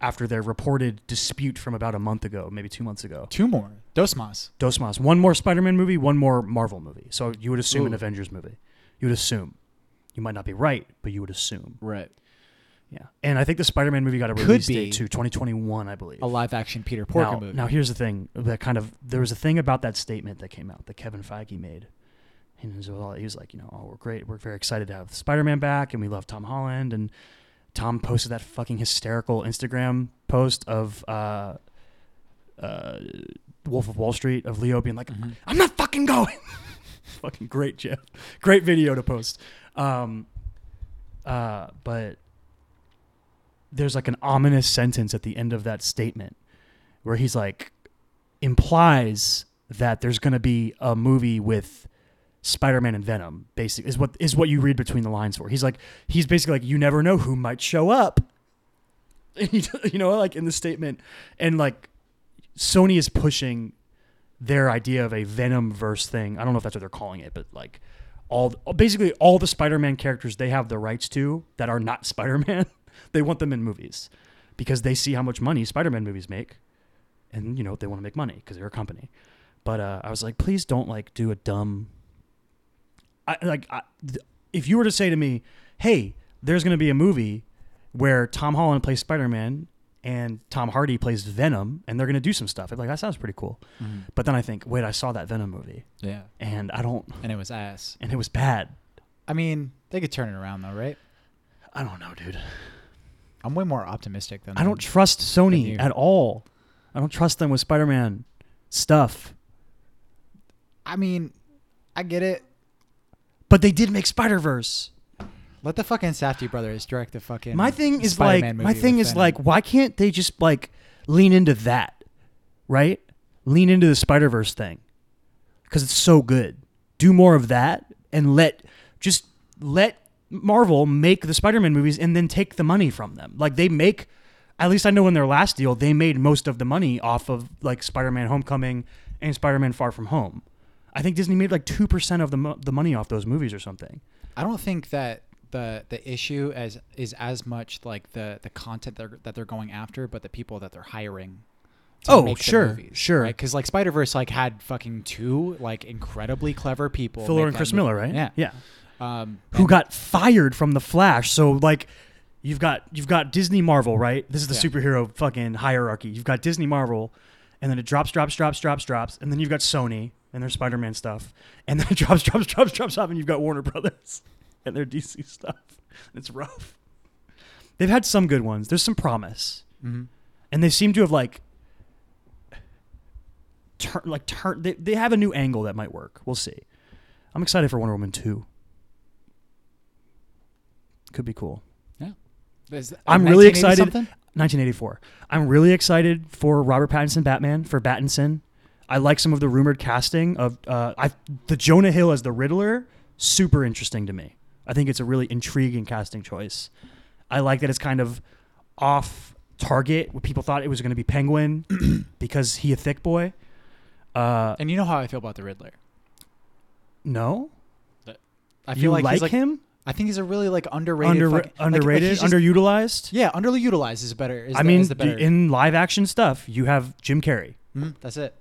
Speaker 1: after their reported dispute from about a month ago, maybe two months ago.
Speaker 2: Two more dos mas.
Speaker 1: Dos Mas. One more Spider Man movie, one more Marvel movie. So you would assume an
Speaker 3: Ooh.
Speaker 1: Avengers movie. You would assume. You might not be right, but you would assume.
Speaker 3: Right.
Speaker 1: Yeah. And I think the Spider Man movie got a
Speaker 2: Could
Speaker 1: release
Speaker 2: be.
Speaker 1: date to 2021, I believe.
Speaker 2: A live action Peter Porker
Speaker 1: now,
Speaker 2: movie.
Speaker 1: now here's the thing that kind of there was a thing about that statement that came out that Kevin Feige made. And it was all- he was like, you know, oh, we're great. We're very excited to have Spider Man back and we love Tom Holland. And Tom posted that fucking hysterical Instagram post of uh, uh, Wolf of Wall Street of Leo being like,
Speaker 2: Mhm.
Speaker 1: I'm not fucking going. *laughs* fucking great, Jeff. Great video to post. Um, uh, but there's like an ominous sentence at the end of that statement where he's like implies that there's going to be a movie with Spider-Man and Venom. Basically, is what is what you read between the lines for. He's like he's basically like you never know who might show up. *laughs* you know, like in the statement, and like Sony is pushing their idea of a Venom verse thing. I don't know if that's what they're calling it, but like all basically all the Spider-Man characters they have the rights to that are not *laughs* Spider-Man, they want them in movies because they see how much money Spider-Man movies make, and you know they want to make money because they're a company. But uh, I was like, please don't like do a dumb. I like I, th- if you were to say to me, hey, there's going to be a movie where Tom Holland plays Spider-Man and Tom Hardy plays Venom, and they're going to do some stuff. I'm like, that sounds pretty cool.
Speaker 2: Mhm.
Speaker 1: But then I think, wait, I saw that Venom movie,
Speaker 2: Yeah,
Speaker 1: and I don't,
Speaker 2: and it was ass.
Speaker 1: and it was bad.
Speaker 2: I mean, they could turn it around though, right?
Speaker 1: I don't know, dude.
Speaker 2: I'm way more optimistic than
Speaker 1: I
Speaker 2: them.
Speaker 1: don't trust Sony
Speaker 2: you-
Speaker 1: at all. I don't trust them with Spider-Man stuff.
Speaker 2: I mean, I get it.
Speaker 1: But they did make Spider-Verse.
Speaker 2: Let the fucking Safety brothers direct the fucking.
Speaker 1: my thing is
Speaker 2: Spider-Man
Speaker 1: like,
Speaker 2: movie
Speaker 1: my thing
Speaker 2: with
Speaker 1: is
Speaker 2: Venom.
Speaker 1: like, why can't they just like lean into that, right? Lean into the Spider-Verse thing because it's so good. Do more of that and let just let Marvel make the Spider-Man movies and then take the money from them. Like they make at least I know in their last deal they made most of the money off of like Spider-Man Homecoming and Spider-Man Far From Home. I think Disney made like 2% of the mo- the money off those movies or something.
Speaker 2: I don't think that the the issue as is as much like the the content that that they're going after, but the people that they're hiring. to
Speaker 1: Oh,
Speaker 2: make the
Speaker 1: sure,
Speaker 2: movies,
Speaker 1: sure.
Speaker 2: right? Because like Spider Verse, like had fucking two like incredibly clever people,
Speaker 1: Fuller
Speaker 2: make
Speaker 1: and
Speaker 2: that
Speaker 1: Chris
Speaker 2: movie.
Speaker 1: Miller, right?
Speaker 2: Yeah,
Speaker 1: Yeah.
Speaker 2: Um,
Speaker 1: who
Speaker 2: and-
Speaker 1: got fired from the Flash. So like you've got you've got Disney Marvel, right? This is the
Speaker 2: Yeah.
Speaker 1: superhero fucking hierarchy. You've got Disney Marvel and then it drops drops drops drops drops and then you've got Sony and their Spider-Man stuff and then it *laughs* drops drops drops drops off and you've got Warner Brothers *laughs* and their DC stuff. It's rough. They've had some good ones. There's some promise
Speaker 2: Mhm.
Speaker 1: and they seem to have like turn like turn they, they have a new angle that might work we'll see i'm excited for wonder woman 2 could be cool
Speaker 2: Is-
Speaker 1: i'm really
Speaker 2: 1980
Speaker 1: excited
Speaker 2: Uh, something?
Speaker 1: 1984 i'm really excited for robert pattinson batman for battinson i like some of the rumored casting of uh i the jonah hill as the riddler super interesting to me i think it's a really intriguing casting choice i like that it's kind of off target what people thought it was going to be penguin because he a thick boy uh
Speaker 2: And you know how I feel about the Riddler.
Speaker 1: no
Speaker 2: I feel
Speaker 1: you
Speaker 2: like
Speaker 1: like,
Speaker 2: he's like
Speaker 1: him
Speaker 2: I think he's a really like underrated,
Speaker 1: Under,
Speaker 2: fucking- like- like,
Speaker 1: underrated
Speaker 2: he's just-
Speaker 1: underutilized
Speaker 2: yeah, underutilized is better. Is
Speaker 1: i
Speaker 2: the-
Speaker 1: mean
Speaker 2: is the better.
Speaker 1: in live action stuff you have jim carrey
Speaker 2: Mhm, that's it.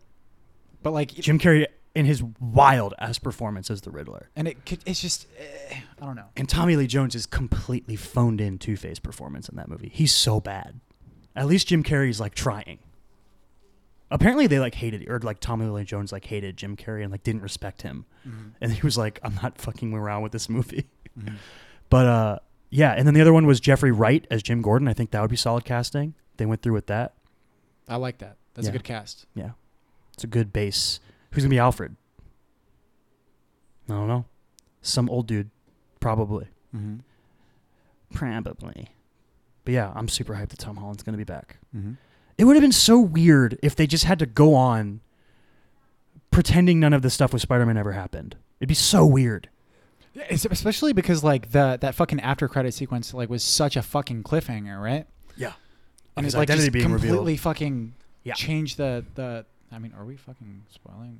Speaker 2: But like,
Speaker 1: Jim Carrey in his wild ass performance as the Riddler.
Speaker 2: and it could, it's just eh, I don't know.
Speaker 1: And Tommy Lee Jones is completely phoned in Two Face performance in that movie. He's so bad. At least Jim Carrey's like trying. Apparently they like hated or like Tommy Lee Jones like hated Jim Carrey and like didn't respect him.
Speaker 2: Mhm.
Speaker 1: And he was like, I'm not fucking around with this movie. *laughs*
Speaker 2: Mhm.
Speaker 1: But uh yeah, and then the other one was Jeffrey Wright as Jim Gordon. I think that would be solid casting. They went through with that.
Speaker 2: I like that. That's a
Speaker 1: Yeah.
Speaker 2: good cast.
Speaker 1: Yeah. It's a good base. Who's going to be Alfred? I don't know. Some old dude, probably.
Speaker 2: Mm-hmm.
Speaker 1: Probably. But yeah, I'm super hyped that Tom Holland's going to be back.
Speaker 2: Mm-hmm.
Speaker 1: It would have been so weird if they just had to go on pretending none of the stuff with Spider Man ever happened. It'd be so weird.
Speaker 2: Yeah, it's- especially because like the that fucking after credit sequence like was such a fucking cliffhanger, right?
Speaker 1: Yeah.
Speaker 2: And
Speaker 1: his
Speaker 2: it's like
Speaker 1: identity
Speaker 2: just
Speaker 1: being
Speaker 2: completely
Speaker 1: revealed.
Speaker 2: fucking
Speaker 1: Yeah.
Speaker 2: changed the the. I mean, are we fucking spoiling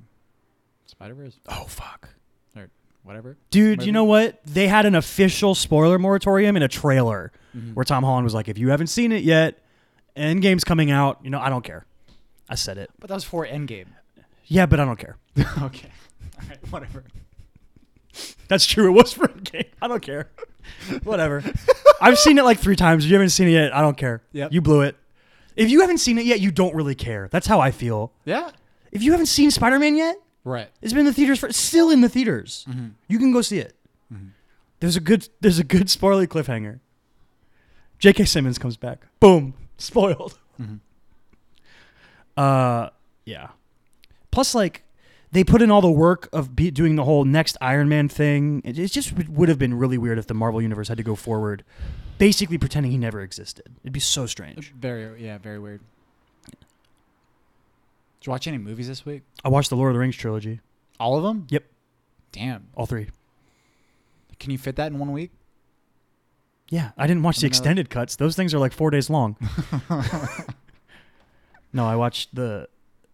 Speaker 2: Spider Verse
Speaker 1: Oh fuck.
Speaker 2: or whatever?
Speaker 1: Dude,
Speaker 2: Maybe.
Speaker 1: you know what? They had an official spoiler moratorium in a trailer where Tom Holland was like, if you haven't seen it yet, Endgame's coming out. You know, I don't care. I said it.
Speaker 2: But that was for Endgame.
Speaker 1: Yeah, but I don't care.
Speaker 2: *laughs* okay. All right. Whatever.
Speaker 1: That's true. It was *laughs* for Endgame. I don't care. Whatever. I've seen it like three times. If you haven't seen it yet, I don't care.
Speaker 2: Yep.
Speaker 1: You blew it. If you haven't seen it yet, you don't really care. That's how I feel.
Speaker 2: Yeah.
Speaker 1: If you haven't seen Spider Man yet,
Speaker 2: Right.
Speaker 1: it's been in the theaters for it's still in the theaters.
Speaker 2: Mm-hmm.
Speaker 1: You can go see it. There's a good there's a good spoiler cliffhanger. J.K. Simmons comes back. Boom. Spoiled.
Speaker 2: Mm-hmm.
Speaker 1: Uh, yeah. Plus, like, they put in all the work of be- doing the whole next Iron Man thing. It, it just would- would have been really weird if the Marvel Universe had to go forward, basically pretending he never existed. It'd be so strange.
Speaker 2: Very yeah, very weird. Did you watch any movies this week?
Speaker 1: I watched the Lord of the Rings trilogy,
Speaker 2: All of them?
Speaker 1: Yep.
Speaker 2: Damn. Oh,
Speaker 1: all three.
Speaker 2: Can you fit that in one week?
Speaker 1: Yeah, I didn't watch the
Speaker 2: Another-
Speaker 1: extended cuts. Those things are like four days long. *laughs* no, I watched the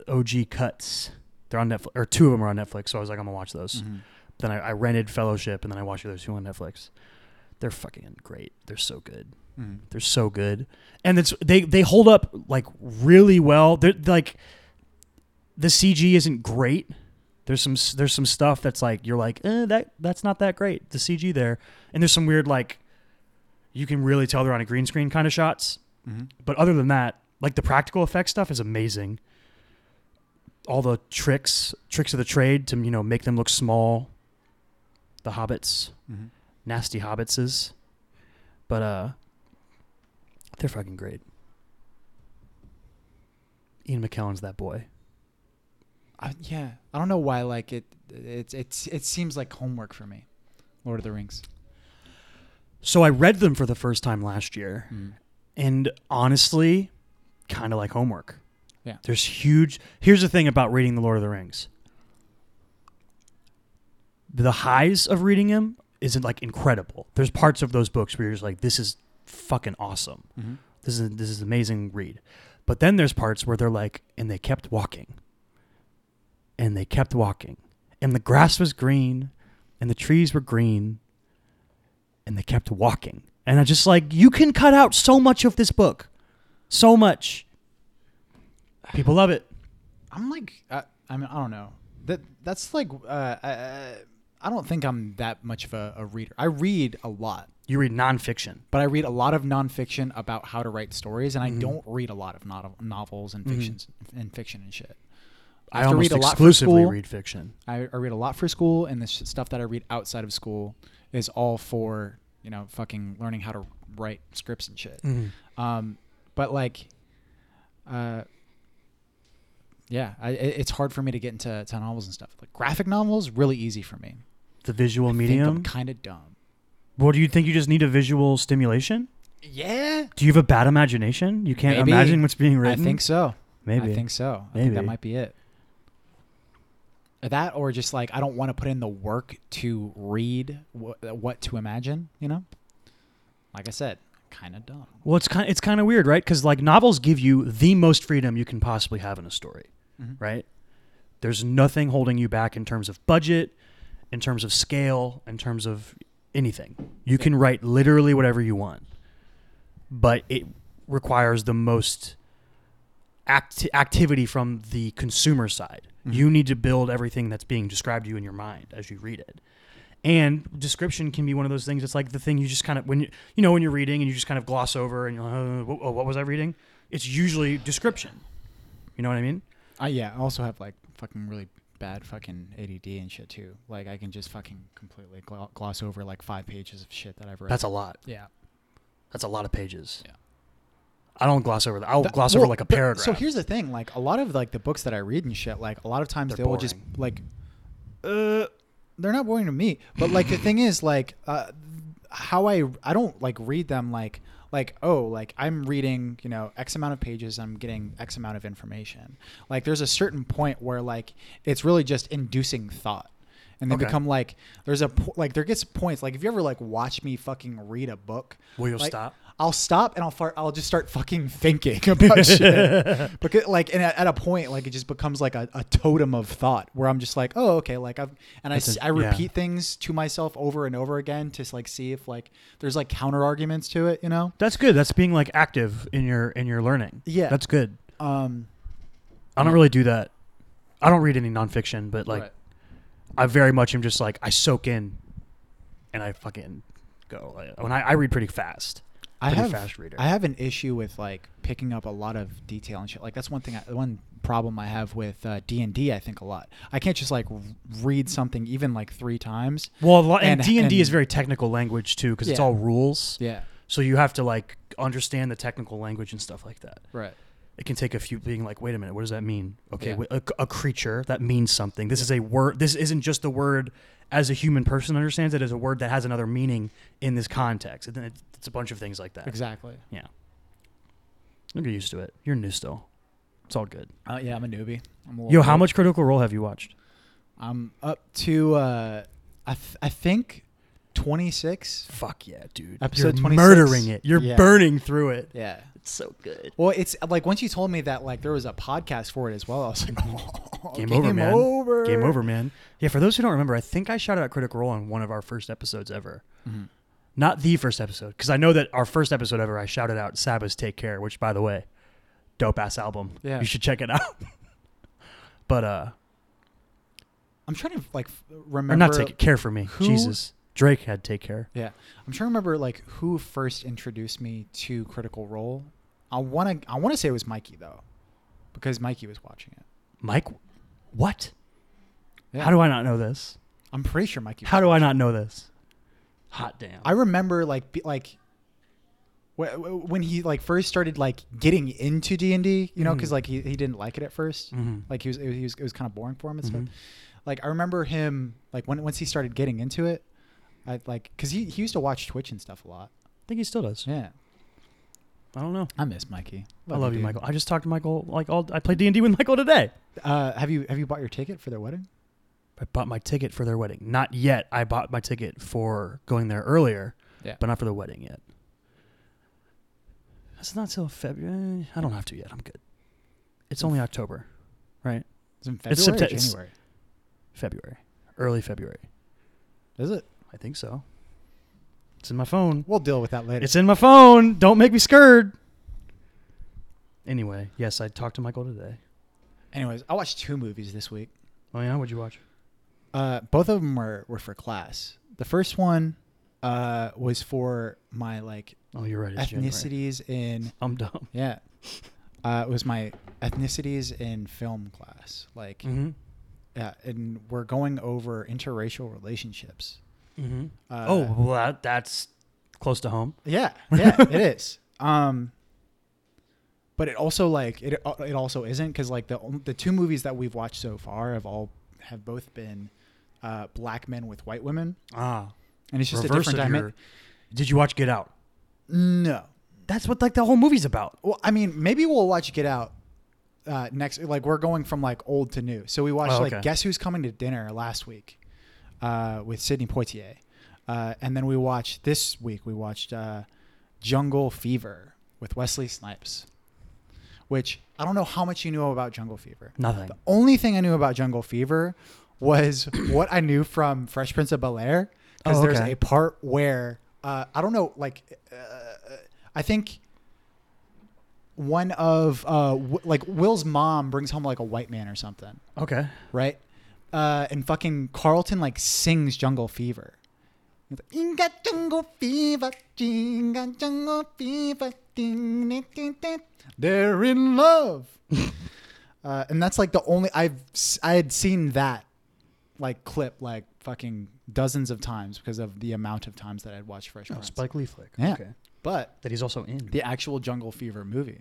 Speaker 1: OG cuts. They're on Netflix, or two of them are on Netflix. So I was like, I'm gonna watch those.
Speaker 2: Mm-hmm.
Speaker 1: Then I, I rented Fellowship, and then I watched the other two on Netflix. They're fucking great. They're so good.
Speaker 2: Mhm.
Speaker 1: They're so good, and it's they they hold up like really well. They're like the CG isn't great. There's some s- there's some stuff that's like you're like eh, that that's not that great. The CG there, and there's some weird like you can really tell they're on a green screen kind of shots.
Speaker 2: Mhm.
Speaker 1: But other than that, like the practical effect stuff is amazing. All the tricks tricks of the trade to you know make them look small. The hobbits
Speaker 2: Mhm.
Speaker 1: nasty hobbitses. But uh they're fucking great. Ian McKellen's that boy.
Speaker 2: I, yeah, I don't know why. Like it, it's it's it seems like homework for me. Lord of the Rings.
Speaker 1: So I read them for the first time last year
Speaker 2: Mm-hmm.
Speaker 1: and honestly kind of like homework.
Speaker 2: Yeah.
Speaker 1: There's huge Here's the thing about reading The Lord of the Rings. The highs of reading him isn't like incredible. There's parts of those books where you're just like this is fucking awesome.
Speaker 2: Mm-hmm.
Speaker 1: this is this is amazing read. But then there's parts where they're like, and they kept walking, and they kept walking, and the grass was green, and the trees were green, and they kept walking. And I just like, you can cut out so much of this book, so much. People love it.
Speaker 2: I'm like, I, I mean, I don't know. That that's like, uh, I, I don't think I'm that much of a, a reader. I read a lot,
Speaker 1: You read nonfiction.
Speaker 2: but I read a lot of nonfiction about how to write stories, and I
Speaker 1: Mhm.
Speaker 2: don't read a lot of novel, novels and
Speaker 1: Mhm.
Speaker 2: fictions and fiction and shit.
Speaker 1: I,
Speaker 2: have to
Speaker 1: almost
Speaker 2: read a lot for
Speaker 1: exclusively
Speaker 2: school.
Speaker 1: read fiction.
Speaker 2: I, I read a lot for school, and the sh- stuff that I read outside of school is all for you know fucking learning how to write scripts and shit. Um, but like, uh, yeah, I, it- it's hard for me to get into to novels and stuff. Like graphic novels, really easy for me.
Speaker 1: The visual
Speaker 2: I'm
Speaker 1: medium.
Speaker 2: kind of dumb.
Speaker 1: Well, do you think you just need a visual stimulation?
Speaker 2: Yeah,
Speaker 1: Do you have a bad imagination? You can't
Speaker 2: Maybe.
Speaker 1: imagine what's being written.
Speaker 2: I think so.
Speaker 1: Maybe.
Speaker 2: I think so. I think that
Speaker 1: Maybe.
Speaker 2: might be it. That or just like I don't want to put in the work to read wh- what to imagine. You know, like I said, kind of dumb.
Speaker 1: Well, it's kind it's kind of weird, right? Because like novels give you the most freedom you can possibly have in a story,
Speaker 2: Mhm.
Speaker 1: right? There's nothing holding you back in terms of budget, in terms of scale, in terms of anything. You can write literally whatever you want, but it requires the most act- activity from the consumer side.
Speaker 2: Mhm.
Speaker 1: You need to build everything that's being described to you in your mind as you read it. And description can be one of those things. It's like the thing you just kind of when you you know when you're reading and you just kind of gloss over and you're like, oh, what, oh, what was I reading? It's usually description. You know what I mean?
Speaker 2: I yeah, I also have like fucking really bad fucking ADD and shit too. Like I can just fucking completely glo- gloss over like five pages of shit that I've read.
Speaker 1: That's a lot.
Speaker 2: yeah.
Speaker 1: That's a lot of pages.
Speaker 2: Yeah.
Speaker 1: I don't gloss over that. I'll
Speaker 2: That-
Speaker 1: gloss
Speaker 2: well,
Speaker 1: over like a
Speaker 2: but-
Speaker 1: paragraph.
Speaker 2: So here's the thing, like a lot of like the books that I read and shit, like a lot of times
Speaker 1: They're
Speaker 2: they will just like uh they're not boring to me. But like the thing is like uh how I I don't like read them like like oh like I'm reading you know x amount of pages I'm getting x amount of information like there's a certain point where like it's really just inducing thought and they
Speaker 1: Okay.
Speaker 2: become like there's a po- like there gets points. Like if you ever like watch me fucking read a book,
Speaker 1: Will you
Speaker 2: like,
Speaker 1: stop?
Speaker 2: I'll stop and I'll fart, I'll just start fucking thinking
Speaker 1: *laughs*
Speaker 2: *laughs* about shit. Because like and at, at a point like it just becomes like a, a totem of thought where I'm just like oh okay like I've and I,
Speaker 1: That's a-
Speaker 2: s- I
Speaker 1: yeah.
Speaker 2: repeat things to myself over and over again to like see if like there's like counter arguments to it you know
Speaker 1: That's good. That's being like active in your in your learning.
Speaker 2: Yeah.
Speaker 1: that's good.
Speaker 2: um
Speaker 1: I don't really do that. I don't read any nonfiction, but like
Speaker 2: Right.
Speaker 1: I very much am just like I soak in, and I fucking go. Like, When I, I read pretty fast,
Speaker 2: I
Speaker 1: pretty
Speaker 2: have
Speaker 1: fast reader.
Speaker 2: I have an issue with like picking up a lot of detail and shit. Like that's one thing, I, one problem I have with uh, D and D. I think a lot. I can't just like r- read something even like three times.
Speaker 1: well, a lot, and
Speaker 2: And-
Speaker 1: D and D is
Speaker 2: and-
Speaker 1: very technical language too, because it's
Speaker 2: Yeah.
Speaker 1: all rules.
Speaker 2: Yeah,
Speaker 1: So you have to like understand the technical language and stuff like that.
Speaker 2: right.
Speaker 1: It can take a few being like, wait a minute, what does that mean? Okay,
Speaker 2: Yeah.
Speaker 1: wait, a, a creature that means something. This is a word. This isn't just the word as a human person understands it. Is a word that has another meaning in this context. And then it's, it's a bunch of things like that.
Speaker 2: Exactly.
Speaker 1: Yeah. You'll get used to it. You're new still. It's all good.
Speaker 2: Uh, yeah, I'm a newbie. I'm a little
Speaker 1: Yo, how
Speaker 2: bit-
Speaker 1: much Critical Role have you watched?
Speaker 2: I'm up to. Uh, I th- I think twenty six.
Speaker 1: Fuck yeah, dude.
Speaker 2: Episode
Speaker 1: You're
Speaker 2: 26.
Speaker 1: murdering it. You're
Speaker 2: Yeah.
Speaker 1: burning through it.
Speaker 2: Yeah.
Speaker 1: It's so good.
Speaker 2: Well, it's like once you told me that like there was a podcast for it as well. I was like, *laughs* oh,
Speaker 1: Mm-hmm. Game over, man.
Speaker 2: over.
Speaker 1: Game over, man. Yeah, for those who don't remember, I think I shouted out Critical Role on one of our first episodes ever.
Speaker 2: Mhm.
Speaker 1: Not the first episode, because I know that our first episode ever, I shouted out Sabba's Take Care, which, by the way, dope ass album.
Speaker 2: Yeah.
Speaker 1: You should check it out. *laughs* but, uh,
Speaker 2: I'm trying to like f- remember.
Speaker 1: or not Take It, Care for Me.
Speaker 2: who-
Speaker 1: Jesus. Drake had Take Care.
Speaker 2: Yeah, I'm trying to remember like who first introduced me to Critical Role. I wanna I wanna say it was Mikey though, because Mikey was watching it.
Speaker 1: Mike, what?
Speaker 2: Yeah.
Speaker 1: How do I not know this?
Speaker 2: I'm pretty sure Mikey.
Speaker 1: How do I not know this? Hot damn.
Speaker 2: I remember like be, like wh- wh- when he like first started like getting into D and D, you know, because
Speaker 1: Mhm.
Speaker 2: like he, he didn't like it at 1st
Speaker 1: Mhm.
Speaker 2: Like he was it was, he was it was kind of boring for him and
Speaker 1: Mhm.
Speaker 2: stuff. Like I remember him like when once he started getting into it, I like because he he used to watch Twitch and stuff a lot.
Speaker 1: think he still does.
Speaker 2: Yeah,
Speaker 1: I don't know.
Speaker 2: I miss Mikey.
Speaker 1: I love you,
Speaker 2: dude.
Speaker 1: Michael. I just talked to Michael like all. I played D and D with Michael today.
Speaker 2: Uh, have you have you bought your ticket for their wedding?
Speaker 1: I bought my ticket for their wedding. Not yet. I bought my ticket for going there earlier,
Speaker 2: Yeah.
Speaker 1: but not for the wedding yet. It's not till February. I don't have to yet. I'm good. It's only October, right?
Speaker 2: It's in February
Speaker 1: It's
Speaker 2: or
Speaker 1: Septe- it's-
Speaker 2: January.
Speaker 1: February, early February.
Speaker 2: Is it?
Speaker 1: I think so. It's in my phone.
Speaker 2: We'll deal with that later.
Speaker 1: It's in my phone. Don't make me scared. Anyway, yes, I talked to Michael today.
Speaker 2: Anyways, I watched two movies this week.
Speaker 1: Oh yeah, what'd you watch?
Speaker 2: Uh, both of them were, were for class. The first one uh, was for my like
Speaker 1: Oh, you're right. It's January.
Speaker 2: ethnicities in
Speaker 1: I'm dumb.
Speaker 2: yeah. Uh, it was my ethnicities in film class, like
Speaker 1: Mm-hmm.
Speaker 2: yeah, and we're going over interracial relationships.
Speaker 1: Mm-hmm.
Speaker 2: Uh,
Speaker 1: oh well, that, that's close to home. *laughs*
Speaker 2: Yeah, yeah, it is. Um, but it also like it uh, it also isn't because like the on- the two movies that we've watched so far have all have both been uh, black men with white women,
Speaker 1: Ah,
Speaker 2: and it's just
Speaker 1: reverse
Speaker 2: a
Speaker 1: of
Speaker 2: different
Speaker 1: your-
Speaker 2: dimension.
Speaker 1: Did you watch Get Out?
Speaker 2: No,
Speaker 1: That's what like the whole movie's about.
Speaker 2: well, I mean, maybe we'll watch Get Out uh, next. Like we're going from like old to new, so we watched
Speaker 1: Oh, okay.
Speaker 2: like Guess Who's Coming to Dinner last week uh, with Sidney Poitier, uh, and then we watched this week we watched uh, Jungle Fever with Wesley Snipes, which I don't know how much you knew about Jungle Fever.
Speaker 1: Nothing.
Speaker 2: The only thing I knew about Jungle Fever
Speaker 1: *coughs*
Speaker 2: was what I knew from Fresh Prince of Bel Air. Because
Speaker 1: Oh,
Speaker 2: there's
Speaker 1: okay.
Speaker 2: a part where uh, I don't know, like uh, I think one of uh, w- like Will's mom brings home like a white man or something,
Speaker 1: Okay.
Speaker 2: right? Uh, and fucking Carlton like sings Jungle Fever. He's like, "You got jungle fever, you got jungle fever, ding, ding, ding, ding." They're in *laughs* love, uh, and that's like the only I've s- I had seen that like clip like fucking dozens of times because of the amount of times that I'd watched Fresh
Speaker 1: Oh,
Speaker 2: Prince.
Speaker 1: Spike Lee flick.
Speaker 2: Yeah,
Speaker 1: Okay.
Speaker 2: but
Speaker 1: That he's also in.
Speaker 2: the actual Jungle Fever movie.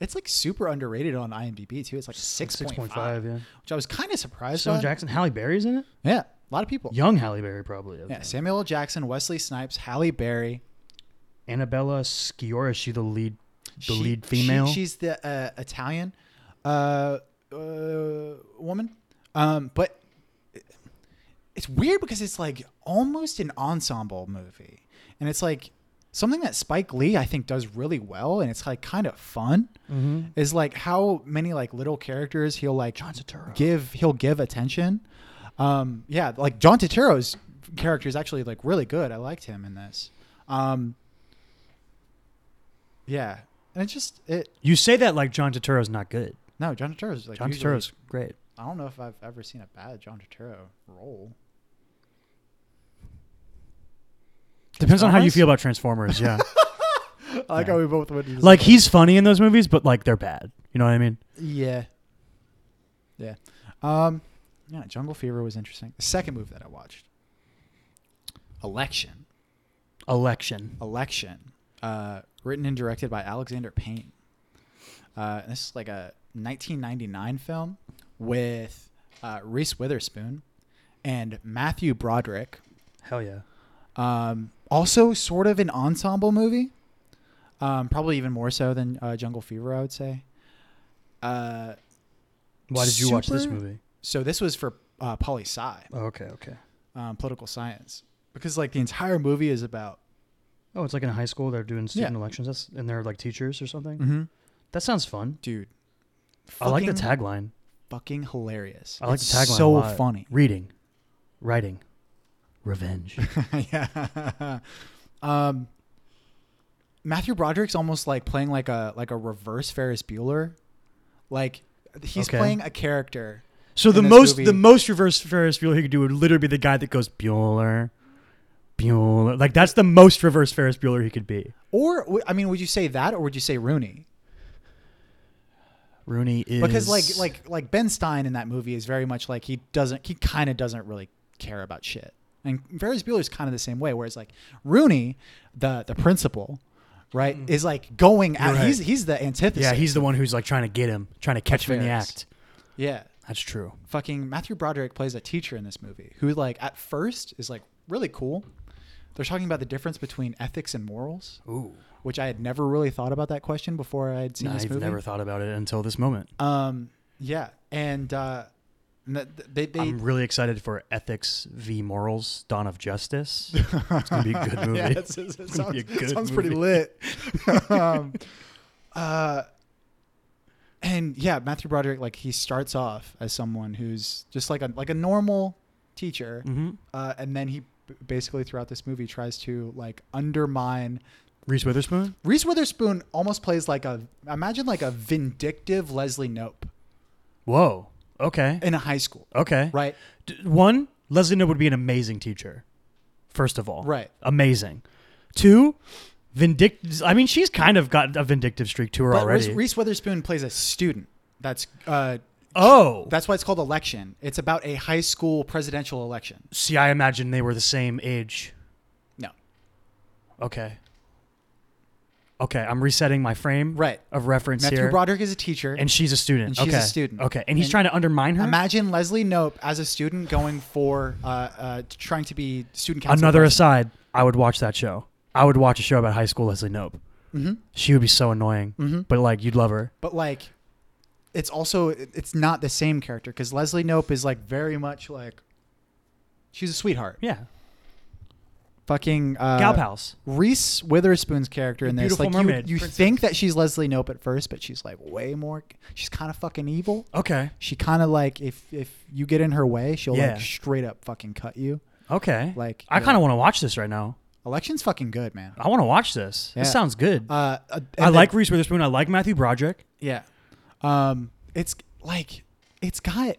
Speaker 2: It's like super underrated on IMDb too. It's like six point five,
Speaker 1: Yeah.
Speaker 2: which I was kind of surprised.
Speaker 1: Stone
Speaker 2: by.
Speaker 1: Jackson, Halle Berry's in it.
Speaker 2: Yeah, a lot of people.
Speaker 1: Young Halle Berry probably. I
Speaker 2: Yeah,
Speaker 1: think.
Speaker 2: Samuel L. Jackson, Wesley Snipes, Halle Berry.
Speaker 1: Annabella Sciorra. Is she the lead? The
Speaker 2: She-
Speaker 1: lead
Speaker 2: she-
Speaker 1: female.
Speaker 2: she's the uh, Italian uh, uh, woman, um, but it's weird because it's like almost an ensemble movie, and it's like something that Spike Lee I think does really well, and it's like kind of fun.
Speaker 1: Mm-hmm.
Speaker 2: Is like how many like little characters he'll like give he'll give attention. Um, yeah, like John Turturro's character is actually like really good. I liked him in this. Um, yeah, and it's just it.
Speaker 1: You say that like John Turturro's not good.
Speaker 2: No, John Turturro's like
Speaker 1: John
Speaker 2: usually-
Speaker 1: Turturro's great.
Speaker 2: I don't know if I've ever seen a bad John Turturro role.
Speaker 1: Depends on how you
Speaker 2: Transformers?
Speaker 1: feel about Transformers. Yeah,
Speaker 2: *laughs*
Speaker 1: *laughs*
Speaker 2: I like
Speaker 1: Yeah.
Speaker 2: how we both went. into this-
Speaker 1: like he's funny in those movies, but like they're bad. You know what I mean?
Speaker 2: yeah, yeah, um, yeah. Jungle Fever was interesting. The second movie that I watched, Election,
Speaker 1: Election.
Speaker 2: Oh. Election, uh, written and directed by Alexander Payne. Uh, this is like a 1999 film with uh, Reese Witherspoon and Matthew Broderick.
Speaker 1: Hell yeah.
Speaker 2: Um, also, sort of an ensemble movie. Um, probably even more so than uh, Jungle Fever, I would say. Uh,
Speaker 1: Why did you watch this
Speaker 2: Super-
Speaker 1: movie?
Speaker 2: so this was for uh, poli sci,
Speaker 1: Oh, okay, okay.
Speaker 2: um, political science, because like the entire movie is about.
Speaker 1: Oh, it's like in high school they're doing student
Speaker 2: Yeah.
Speaker 1: elections that's, and they're like teachers or something.
Speaker 2: Mm-hmm.
Speaker 1: That sounds fun.
Speaker 2: Dude,
Speaker 1: I like the
Speaker 2: fucking-
Speaker 1: tagline.
Speaker 2: Fucking hilarious.
Speaker 1: I like
Speaker 2: It's
Speaker 1: the tagline.
Speaker 2: So
Speaker 1: a lot.
Speaker 2: funny. *laughs*
Speaker 1: Reading, writing, revenge.
Speaker 2: yeah. um, Matthew Broderick's almost like playing like a like a reverse Ferris Bueller, like he's
Speaker 1: Okay.
Speaker 2: playing a character.
Speaker 1: So
Speaker 2: in
Speaker 1: the
Speaker 2: this
Speaker 1: most
Speaker 2: movie.
Speaker 1: the most reverse Ferris Bueller he could do would literally be the guy that goes Bueller, Bueller. Like that's the most reverse Ferris Bueller he could be.
Speaker 2: Or w- I mean, would you say that, or would you say Rooney?
Speaker 1: Rooney is
Speaker 2: Because like like like Ben Stein in that movie is very much like he doesn't he kind of doesn't really care about shit, and Ferris Bueller's kind of the same way. Whereas like Rooney, the the principal, right, is like going
Speaker 1: Mm.
Speaker 2: out.
Speaker 1: You're right.
Speaker 2: He's he's the antithesis.
Speaker 1: yeah, he's the one who's like trying to get him, trying to catch him in the
Speaker 2: Ferris.
Speaker 1: act.
Speaker 2: yeah.
Speaker 1: That's true.
Speaker 2: Fucking Matthew Broderick plays a teacher in this movie who like at first is like really cool. They're talking about the difference between ethics and morals,
Speaker 1: Ooh,
Speaker 2: which I had never really thought about that question before I had seen this
Speaker 1: I've
Speaker 2: movie.
Speaker 1: never thought about it until this moment.
Speaker 2: Um, yeah, and uh, and that- th- they, they
Speaker 1: I'm really excited for Ethics v Morals: Dawn of Justice. It's gonna be a
Speaker 2: *laughs*
Speaker 1: good movie. *laughs*
Speaker 2: yeah, it's, it's, it
Speaker 1: gonna
Speaker 2: sounds,
Speaker 1: be a good
Speaker 2: sounds
Speaker 1: *laughs*
Speaker 2: pretty lit. um, uh, and yeah, Matthew Broderick, like he starts off as someone who's just like a like a normal teacher,
Speaker 1: mm-hmm.
Speaker 2: uh, and then he b- basically throughout this movie tries to like undermine
Speaker 1: Reese Witherspoon.
Speaker 2: Reese Witherspoon. Almost plays like a imagine like a vindictive Leslie Nope
Speaker 1: Whoa. Okay.
Speaker 2: in a high school,
Speaker 1: Okay.
Speaker 2: right?
Speaker 1: D- one, Leslie Nope would be an amazing teacher. First of all,
Speaker 2: Right.
Speaker 1: Amazing. Two, vindictive. I mean, she's kind of got a vindictive streak to her
Speaker 2: But Reese,
Speaker 1: already.
Speaker 2: Reese Witherspoon plays a student. That's uh,
Speaker 1: oh,
Speaker 2: that's why it's called election. It's about a high school presidential election.
Speaker 1: see, I imagine they were the same age.
Speaker 2: No,
Speaker 1: Okay. Okay, I'm resetting my frame
Speaker 2: right.
Speaker 1: of reference
Speaker 2: Matthew
Speaker 1: here.
Speaker 2: Broderick is a teacher.
Speaker 1: and she's a student.
Speaker 2: And she's a
Speaker 1: okay.
Speaker 2: student.
Speaker 1: Okay, and he's
Speaker 2: And-
Speaker 1: trying to undermine her.
Speaker 2: imagine Leslie Nope as a student going for uh, uh, trying to be student council.
Speaker 1: Another aside, I would watch that show. I would watch a show about high school Leslie Nope.
Speaker 2: hmm
Speaker 1: She would be so annoying,
Speaker 2: hmm
Speaker 1: but like you'd love her.
Speaker 2: But like, it's also it- it's not the same character because Leslie Nope is like very much like she's a sweetheart.
Speaker 1: Yeah,
Speaker 2: Fucking uh,
Speaker 1: gal pals.
Speaker 2: Reese Witherspoon's character
Speaker 1: The
Speaker 2: in this,
Speaker 1: Beautiful
Speaker 2: like
Speaker 1: Mermaid,
Speaker 2: you, you
Speaker 1: Princess.
Speaker 2: think that she's Leslie Nope at first, but she's like way more. She's kind of fucking evil.
Speaker 1: Okay.
Speaker 2: She kind of like if if you get in her way, she'll
Speaker 1: Yeah.
Speaker 2: like straight up fucking cut you.
Speaker 1: Okay.
Speaker 2: Like
Speaker 1: I
Speaker 2: yeah.
Speaker 1: kind of want to watch this right now.
Speaker 2: election's fucking good, man.
Speaker 1: I want to watch this.
Speaker 2: Yeah.
Speaker 1: This sounds good.
Speaker 2: Uh, uh, and
Speaker 1: I
Speaker 2: then-
Speaker 1: like Reese Witherspoon. I like Matthew Broderick.
Speaker 2: yeah. Um, it's like it's got.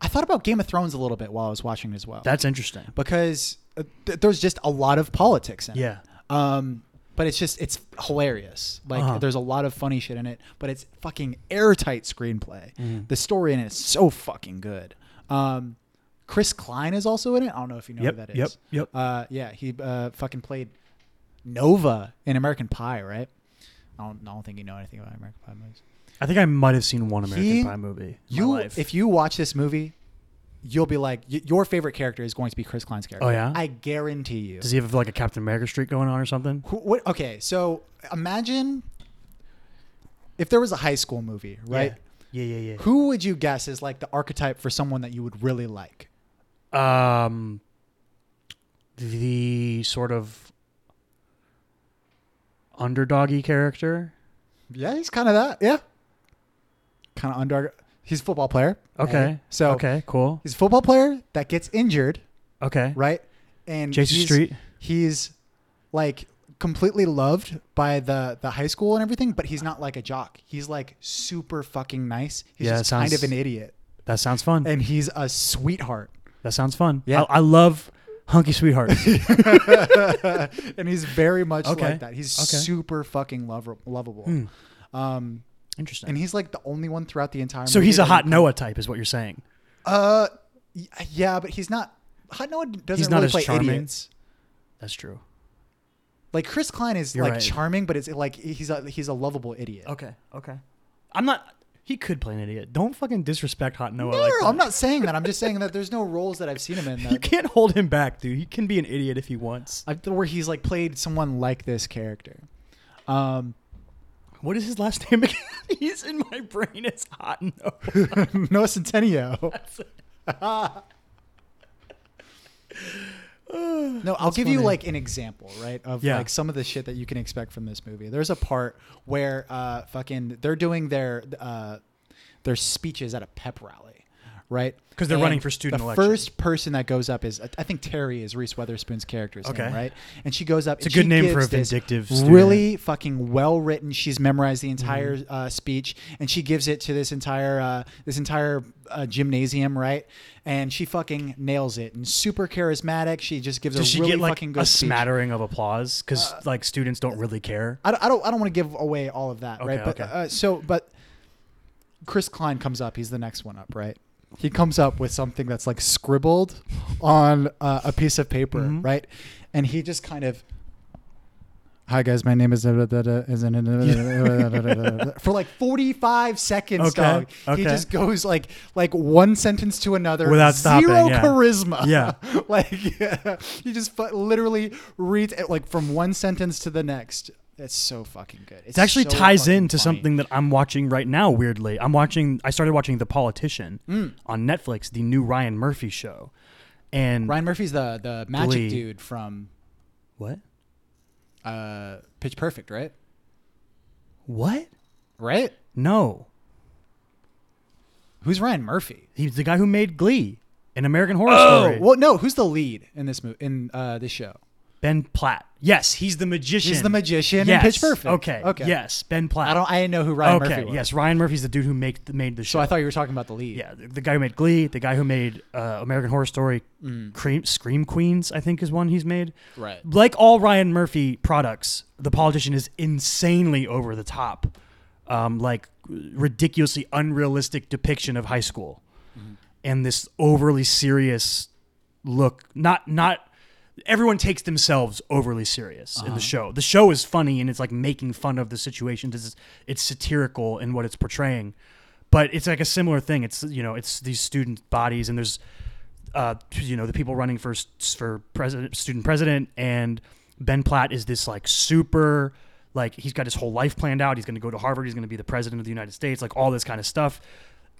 Speaker 2: I thought about Game of Thrones a little bit while I was watching it as well.
Speaker 1: That's interesting.
Speaker 2: because uh, th- there's just a lot of politics in it.
Speaker 1: Yeah.
Speaker 2: Um, but it's just it's hilarious. Like
Speaker 1: Uh-huh.
Speaker 2: there's a lot of funny shit in it, but it's fucking airtight screenplay.
Speaker 1: Mm.
Speaker 2: The story in it is so fucking good. Um, Chris Klein is also in it. I don't know if you know
Speaker 1: Yep,
Speaker 2: who that is.
Speaker 1: yep, yep.
Speaker 2: Uh, yeah, he uh, fucking played Nova in American Pie, right? I don't, I don't think you know anything about American Pie movies.
Speaker 1: I think I might have seen one American
Speaker 2: He-
Speaker 1: Pie movie. In
Speaker 2: You,
Speaker 1: my life.
Speaker 2: if you watch this movie, you'll be like, y- your favorite character is going to be Chris Klein's character.
Speaker 1: Oh, yeah?
Speaker 2: I guarantee you.
Speaker 1: does he have like a Captain America streak going on or something?
Speaker 2: Who, what? Okay, so imagine if there was a high school movie, right?
Speaker 1: Yeah. Yeah. Yeah. yeah.
Speaker 2: Who would you guess is like the archetype for someone that you would really like?
Speaker 1: um, the sort of underdoggy character.
Speaker 2: Yeah, he's kind of that. Yeah, kind of under. He's a football player.
Speaker 1: Okay.
Speaker 2: right? So
Speaker 1: okay, cool.
Speaker 2: he's a football player that gets injured,
Speaker 1: Okay.
Speaker 2: right? And
Speaker 1: Jason
Speaker 2: he's-
Speaker 1: Street.
Speaker 2: He's like completely loved by the the high school and everything, but he's not like a jock. He's like super fucking nice. He's
Speaker 1: Yeah,
Speaker 2: just
Speaker 1: it
Speaker 2: kind of
Speaker 1: sounds-
Speaker 2: an idiot,
Speaker 1: That sounds fun.
Speaker 2: and he's a sweetheart.
Speaker 1: that sounds fun.
Speaker 2: Yeah.
Speaker 1: I, I love hunky *laughs* sweethearts.
Speaker 2: *laughs* and he's very much
Speaker 1: Okay.
Speaker 2: like that. He's
Speaker 1: Okay.
Speaker 2: super fucking lover- lovable.
Speaker 1: Hmm.
Speaker 2: Um,
Speaker 1: Interesting.
Speaker 2: and he's like the only one throughout the entire.
Speaker 1: so
Speaker 2: movie
Speaker 1: he's a
Speaker 2: that-
Speaker 1: hot Noah type, is what you're saying.
Speaker 2: Uh, y- yeah, but he's not. Hot Noah doesn't
Speaker 1: He's not
Speaker 2: really
Speaker 1: as
Speaker 2: play
Speaker 1: charming.
Speaker 2: idiots.
Speaker 1: That's true.
Speaker 2: Like Chris Klein is
Speaker 1: You're
Speaker 2: like
Speaker 1: right.
Speaker 2: charming, but it's like he's a he's a lovable idiot.
Speaker 1: Okay. Okay. I'm not. He could play an idiot. Don't fucking disrespect hot Noah.
Speaker 2: No,
Speaker 1: like
Speaker 2: I'm
Speaker 1: that.
Speaker 2: not saying that. I'm just saying that there's no roles that I've seen him in
Speaker 1: *laughs* You
Speaker 2: that
Speaker 1: can't hold him back, dude. He can be an idiot if he wants.
Speaker 2: I- where he's like played someone like this character. Um,
Speaker 1: What is his last name again? *laughs* He's in my brain. It's hot Noah.
Speaker 2: *laughs*
Speaker 1: *laughs*
Speaker 2: Noah Centineo. No, I'll give you
Speaker 1: funny.
Speaker 2: like an example, right? Of
Speaker 1: Yeah.
Speaker 2: like some of the shit that you can expect from this movie. There's a part where uh fucking they're doing their uh their speeches at a pep rally, right?
Speaker 1: 'Cause they're
Speaker 2: And
Speaker 1: running for student
Speaker 2: The
Speaker 1: election.
Speaker 2: first person that goes up is I think Terry is Reese Witherspoon's character's
Speaker 1: Okay.
Speaker 2: name, right? And she goes up.
Speaker 1: It's a
Speaker 2: and
Speaker 1: good
Speaker 2: she
Speaker 1: name for
Speaker 2: gives
Speaker 1: a
Speaker 2: this
Speaker 1: vindictive Mm-hmm.
Speaker 2: Really fucking well written. She's memorized the entire uh, speech, and she gives it to this entire uh, this entire uh, gymnasium, right? And she fucking nails it and super charismatic. She just gives a
Speaker 1: Does she
Speaker 2: really
Speaker 1: get like
Speaker 2: fucking good
Speaker 1: a
Speaker 2: speech. Uh,
Speaker 1: smattering of applause? Because like students don't really care.
Speaker 2: I don't, I don't, I don't want to give away all of that,
Speaker 1: Okay,
Speaker 2: right? But
Speaker 1: okay.
Speaker 2: uh, so, but Chris Klein comes up. He's the next one up, right? He comes up with something that's
Speaker 1: *laughs*
Speaker 2: like scribbled on uh, a piece of paper,
Speaker 1: Mhm.
Speaker 2: right? And he just kind of, hi guys, my name is da- da- da- da- is in- for like forty five seconds,
Speaker 1: Okay,
Speaker 2: dog.
Speaker 1: okay.
Speaker 2: He just goes like like one sentence to another
Speaker 1: Without stopping,
Speaker 2: Zero
Speaker 1: yeah.
Speaker 2: charisma.
Speaker 1: Yeah.
Speaker 2: *laughs* like you just fu- literally reads it like from one sentence to the next. It's so fucking good.
Speaker 1: It actually ties into
Speaker 2: something
Speaker 1: something that I'm watching right now. Weirdly, I'm watching. I started watching The Politician
Speaker 2: Mm.
Speaker 1: on Netflix, the new Ryan Murphy show. And
Speaker 2: Ryan Murphy's the the magic
Speaker 1: Glee.
Speaker 2: dude from
Speaker 1: what?
Speaker 2: uh, Pitch Perfect, right?
Speaker 1: What?
Speaker 2: Right?
Speaker 1: No,
Speaker 2: Who's Ryan Murphy? Oh,
Speaker 1: he's the guy who made Glee, an American Horror Story.
Speaker 2: well, no. Who's the lead in this movie in uh, this show?
Speaker 1: Ben Platt. Yes, he's the magician.
Speaker 2: He's the magician
Speaker 1: Yes.
Speaker 2: in Pitch Perfect.
Speaker 1: Okay.
Speaker 2: Okay.
Speaker 1: Yes, Ben Platt.
Speaker 2: I don't. I didn't know who Ryan
Speaker 1: okay.
Speaker 2: Murphy was.
Speaker 1: Yes, Ryan Murphy's the dude who make, made the show.
Speaker 2: So I thought you were talking about the lead.
Speaker 1: Yeah, the, the guy who made Glee, the guy who made uh, American Horror Story, Cream, Scream Queens, I think is one he's made.
Speaker 2: Mm. Right.
Speaker 1: Like all Ryan Murphy products, The Politician is insanely over the top, um, like ridiculously unrealistic depiction of high school,
Speaker 2: Mm-hmm.
Speaker 1: and this overly serious look. Not not everyone takes themselves overly serious in the show. The show is funny and it's like making fun of the situation. It's, it's satirical in what it's portraying, but it's like a similar thing. It's you know it's these student bodies and there's uh, you know the people running for s- for president, student president, and Ben Platt is this like super like he's got his whole life planned out. He's going to go to Harvard. He's going to be the president of the United States. Like all this kind of stuff.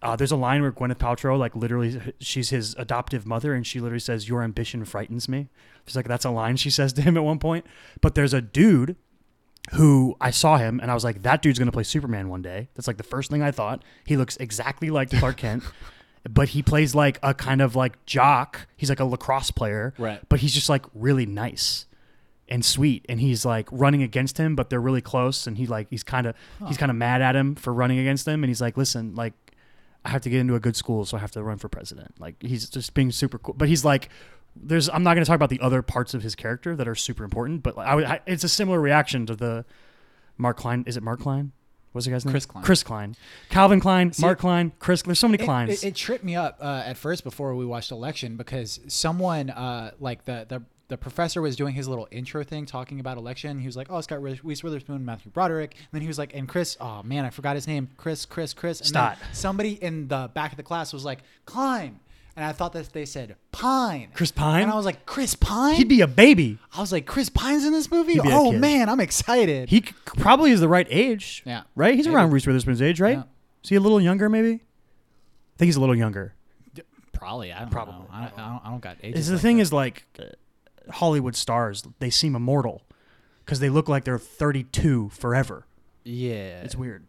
Speaker 1: Uh, there's a line where Gwyneth Paltrow, like literally, she's his adoptive mother, and she literally says, "Your ambition frightens me." She's like, that's a line she says *laughs* to him at one point. But there's a dude who I saw him and I was like, that dude's gonna play Superman one day. That's like the first thing I thought. He looks exactly like Clark Kent, but he plays like a kind of like jock. He's like a lacrosse player,
Speaker 2: Right.
Speaker 1: But he's just like really nice and sweet, and he's like running against him, but they're really close, and he like he's kind of he's kind of mad at him for running against him, and he's like, listen, like. I have to get into a good school, so I have to run for president. Like he's just being super cool, but he's like, there's. I'm not going to talk about the other parts of his character that are super important, but like, I, would- I, it's a similar reaction to the Mark Klein. Is it Mark Klein? What's the guy's name?
Speaker 2: Chris Klein.
Speaker 1: Chris Klein. Calvin Klein. Mark Klein. Chris. There's so many
Speaker 2: It-
Speaker 1: Kleins.
Speaker 2: It, it tripped me up uh, at first before we watched election because someone uh, like the the. The professor was doing his little intro thing, talking about election. He was like, "Oh, it's got Reese Reese Witherspoon, Matthew Broderick." And then he was like, "And Chris, oh man, I forgot his name. Chris, Chris, Chris." And then
Speaker 1: Stott.
Speaker 2: Somebody in the back of the class was like, "Klein," and I thought that they said Pine.
Speaker 1: Chris Pine?
Speaker 2: And I was like, "Chris Pine."
Speaker 1: He'd be a baby.
Speaker 2: I was like, "Chris Pine's in this movie.
Speaker 1: be a
Speaker 2: Oh
Speaker 1: kid.
Speaker 2: man, I'm excited."
Speaker 1: He c- probably is the right age.
Speaker 2: Yeah.
Speaker 1: Right. He's
Speaker 2: Maybe.
Speaker 1: around Reese Witherspoon's age, right?
Speaker 2: Yeah.
Speaker 1: Is he a little younger? Maybe. I think he's a little younger.
Speaker 2: Probably. I don't
Speaker 1: Probably.
Speaker 2: know. I, don't- I, don't, I don't got ages.
Speaker 1: Is the
Speaker 2: like
Speaker 1: thing
Speaker 2: that.
Speaker 1: is like uh, Hollywood stars, they seem immortal because they look like they're 32 forever.
Speaker 2: yeah.
Speaker 1: It's weird.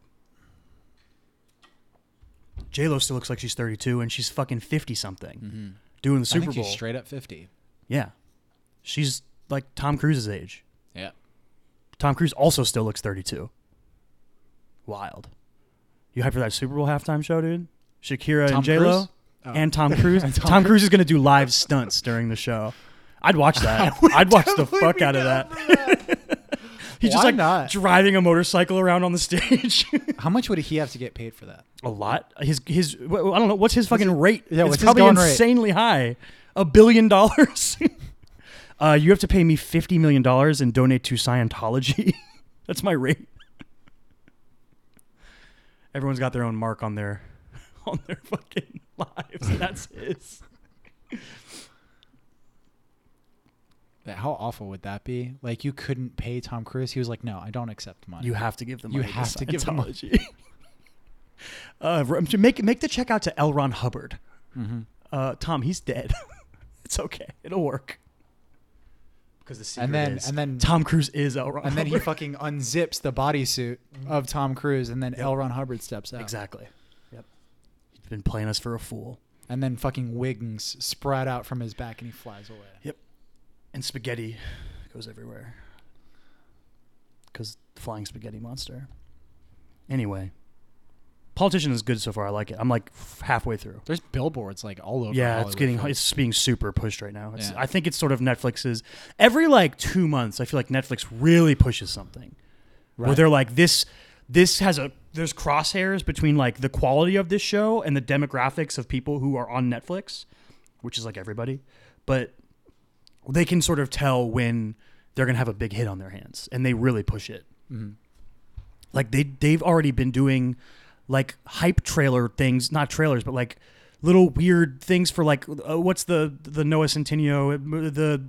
Speaker 1: J Lo still looks like she's 32 and she's fucking 50 something
Speaker 2: Mm-hmm.
Speaker 1: doing the
Speaker 2: I
Speaker 1: Super
Speaker 2: think
Speaker 1: Bowl.
Speaker 2: she's straight up fifty.
Speaker 1: yeah, she's like Tom Cruise's age.
Speaker 2: Yeah.
Speaker 1: Tom Cruise also still looks 32. Wild. You hype for that Super Bowl halftime show, dude? Shakira
Speaker 2: Tom
Speaker 1: and J Lo
Speaker 2: Cruise? Oh.
Speaker 1: and
Speaker 2: *laughs*
Speaker 1: Tom Cruise.
Speaker 2: And
Speaker 1: Tom,
Speaker 2: Tom
Speaker 1: Cruise is gonna do live stunts during the show. I'd watch
Speaker 2: *laughs*
Speaker 1: that. I'd watch the fuck out of that. *laughs* He's just
Speaker 2: Why
Speaker 1: like
Speaker 2: not?
Speaker 1: driving a motorcycle around on the stage. *laughs*
Speaker 2: How much would he have to get paid for that?
Speaker 1: a lot. His his wh- I don't know what's his fucking rate.
Speaker 2: yeah,
Speaker 1: it's
Speaker 2: what's his
Speaker 1: probably
Speaker 2: going rate?
Speaker 1: insanely high. A billion dollars. *laughs* uh, you have to pay me fifty million dollars and donate to Scientology. *laughs* That's my rate. Everyone's got their own mark on their *laughs* on their fucking lives. and That's his.
Speaker 2: Yeah, How awful would that be? Like you couldn't pay Tom Cruise. He was like, "No, I don't accept money."
Speaker 1: You have to give them.
Speaker 2: You have to give the money.
Speaker 1: *laughs* uh, r- make make the check out to L. Ron Hubbard.
Speaker 2: hmm
Speaker 1: Uh, Tom, he's dead. *laughs* it's okay. It'll work. Because the secret
Speaker 2: And then
Speaker 1: is
Speaker 2: and then
Speaker 1: Tom Cruise is L. Ron
Speaker 2: *laughs* and
Speaker 1: *laughs*
Speaker 2: then he
Speaker 1: Hubbard.
Speaker 2: fucking unzips the bodysuit of Tom Cruise, and then
Speaker 1: Mm-hmm. Yep.
Speaker 2: L. Ron Hubbard steps out.
Speaker 1: exactly. Yep. He's been playing us for a fool.
Speaker 2: And then fucking wings sprout out from his back, and he flies away.
Speaker 1: And spaghetti goes everywhere. Because flying spaghetti monster. Anyway, politician is good so far. I like it. I'm like f- halfway through.
Speaker 2: There's billboards like all over.
Speaker 1: yeah, it's
Speaker 2: Hollywood
Speaker 1: getting
Speaker 2: for-
Speaker 1: it's being super pushed right now. It's,
Speaker 2: Yeah.
Speaker 1: I think it's sort of Netflix's every like two months. I feel like Netflix really pushes something where
Speaker 2: Right.
Speaker 1: they're like this. This has a there's crosshairs between like the quality of this show and the demographics of people who are on Netflix, which is like everybody, but they can sort of tell when they're gonna have a big hit on their hands, and they really push it
Speaker 2: Mhm.
Speaker 1: like they they've already been doing like hype trailer things, not trailers, but like little weird things for like uh, what's the the Noah Centineo the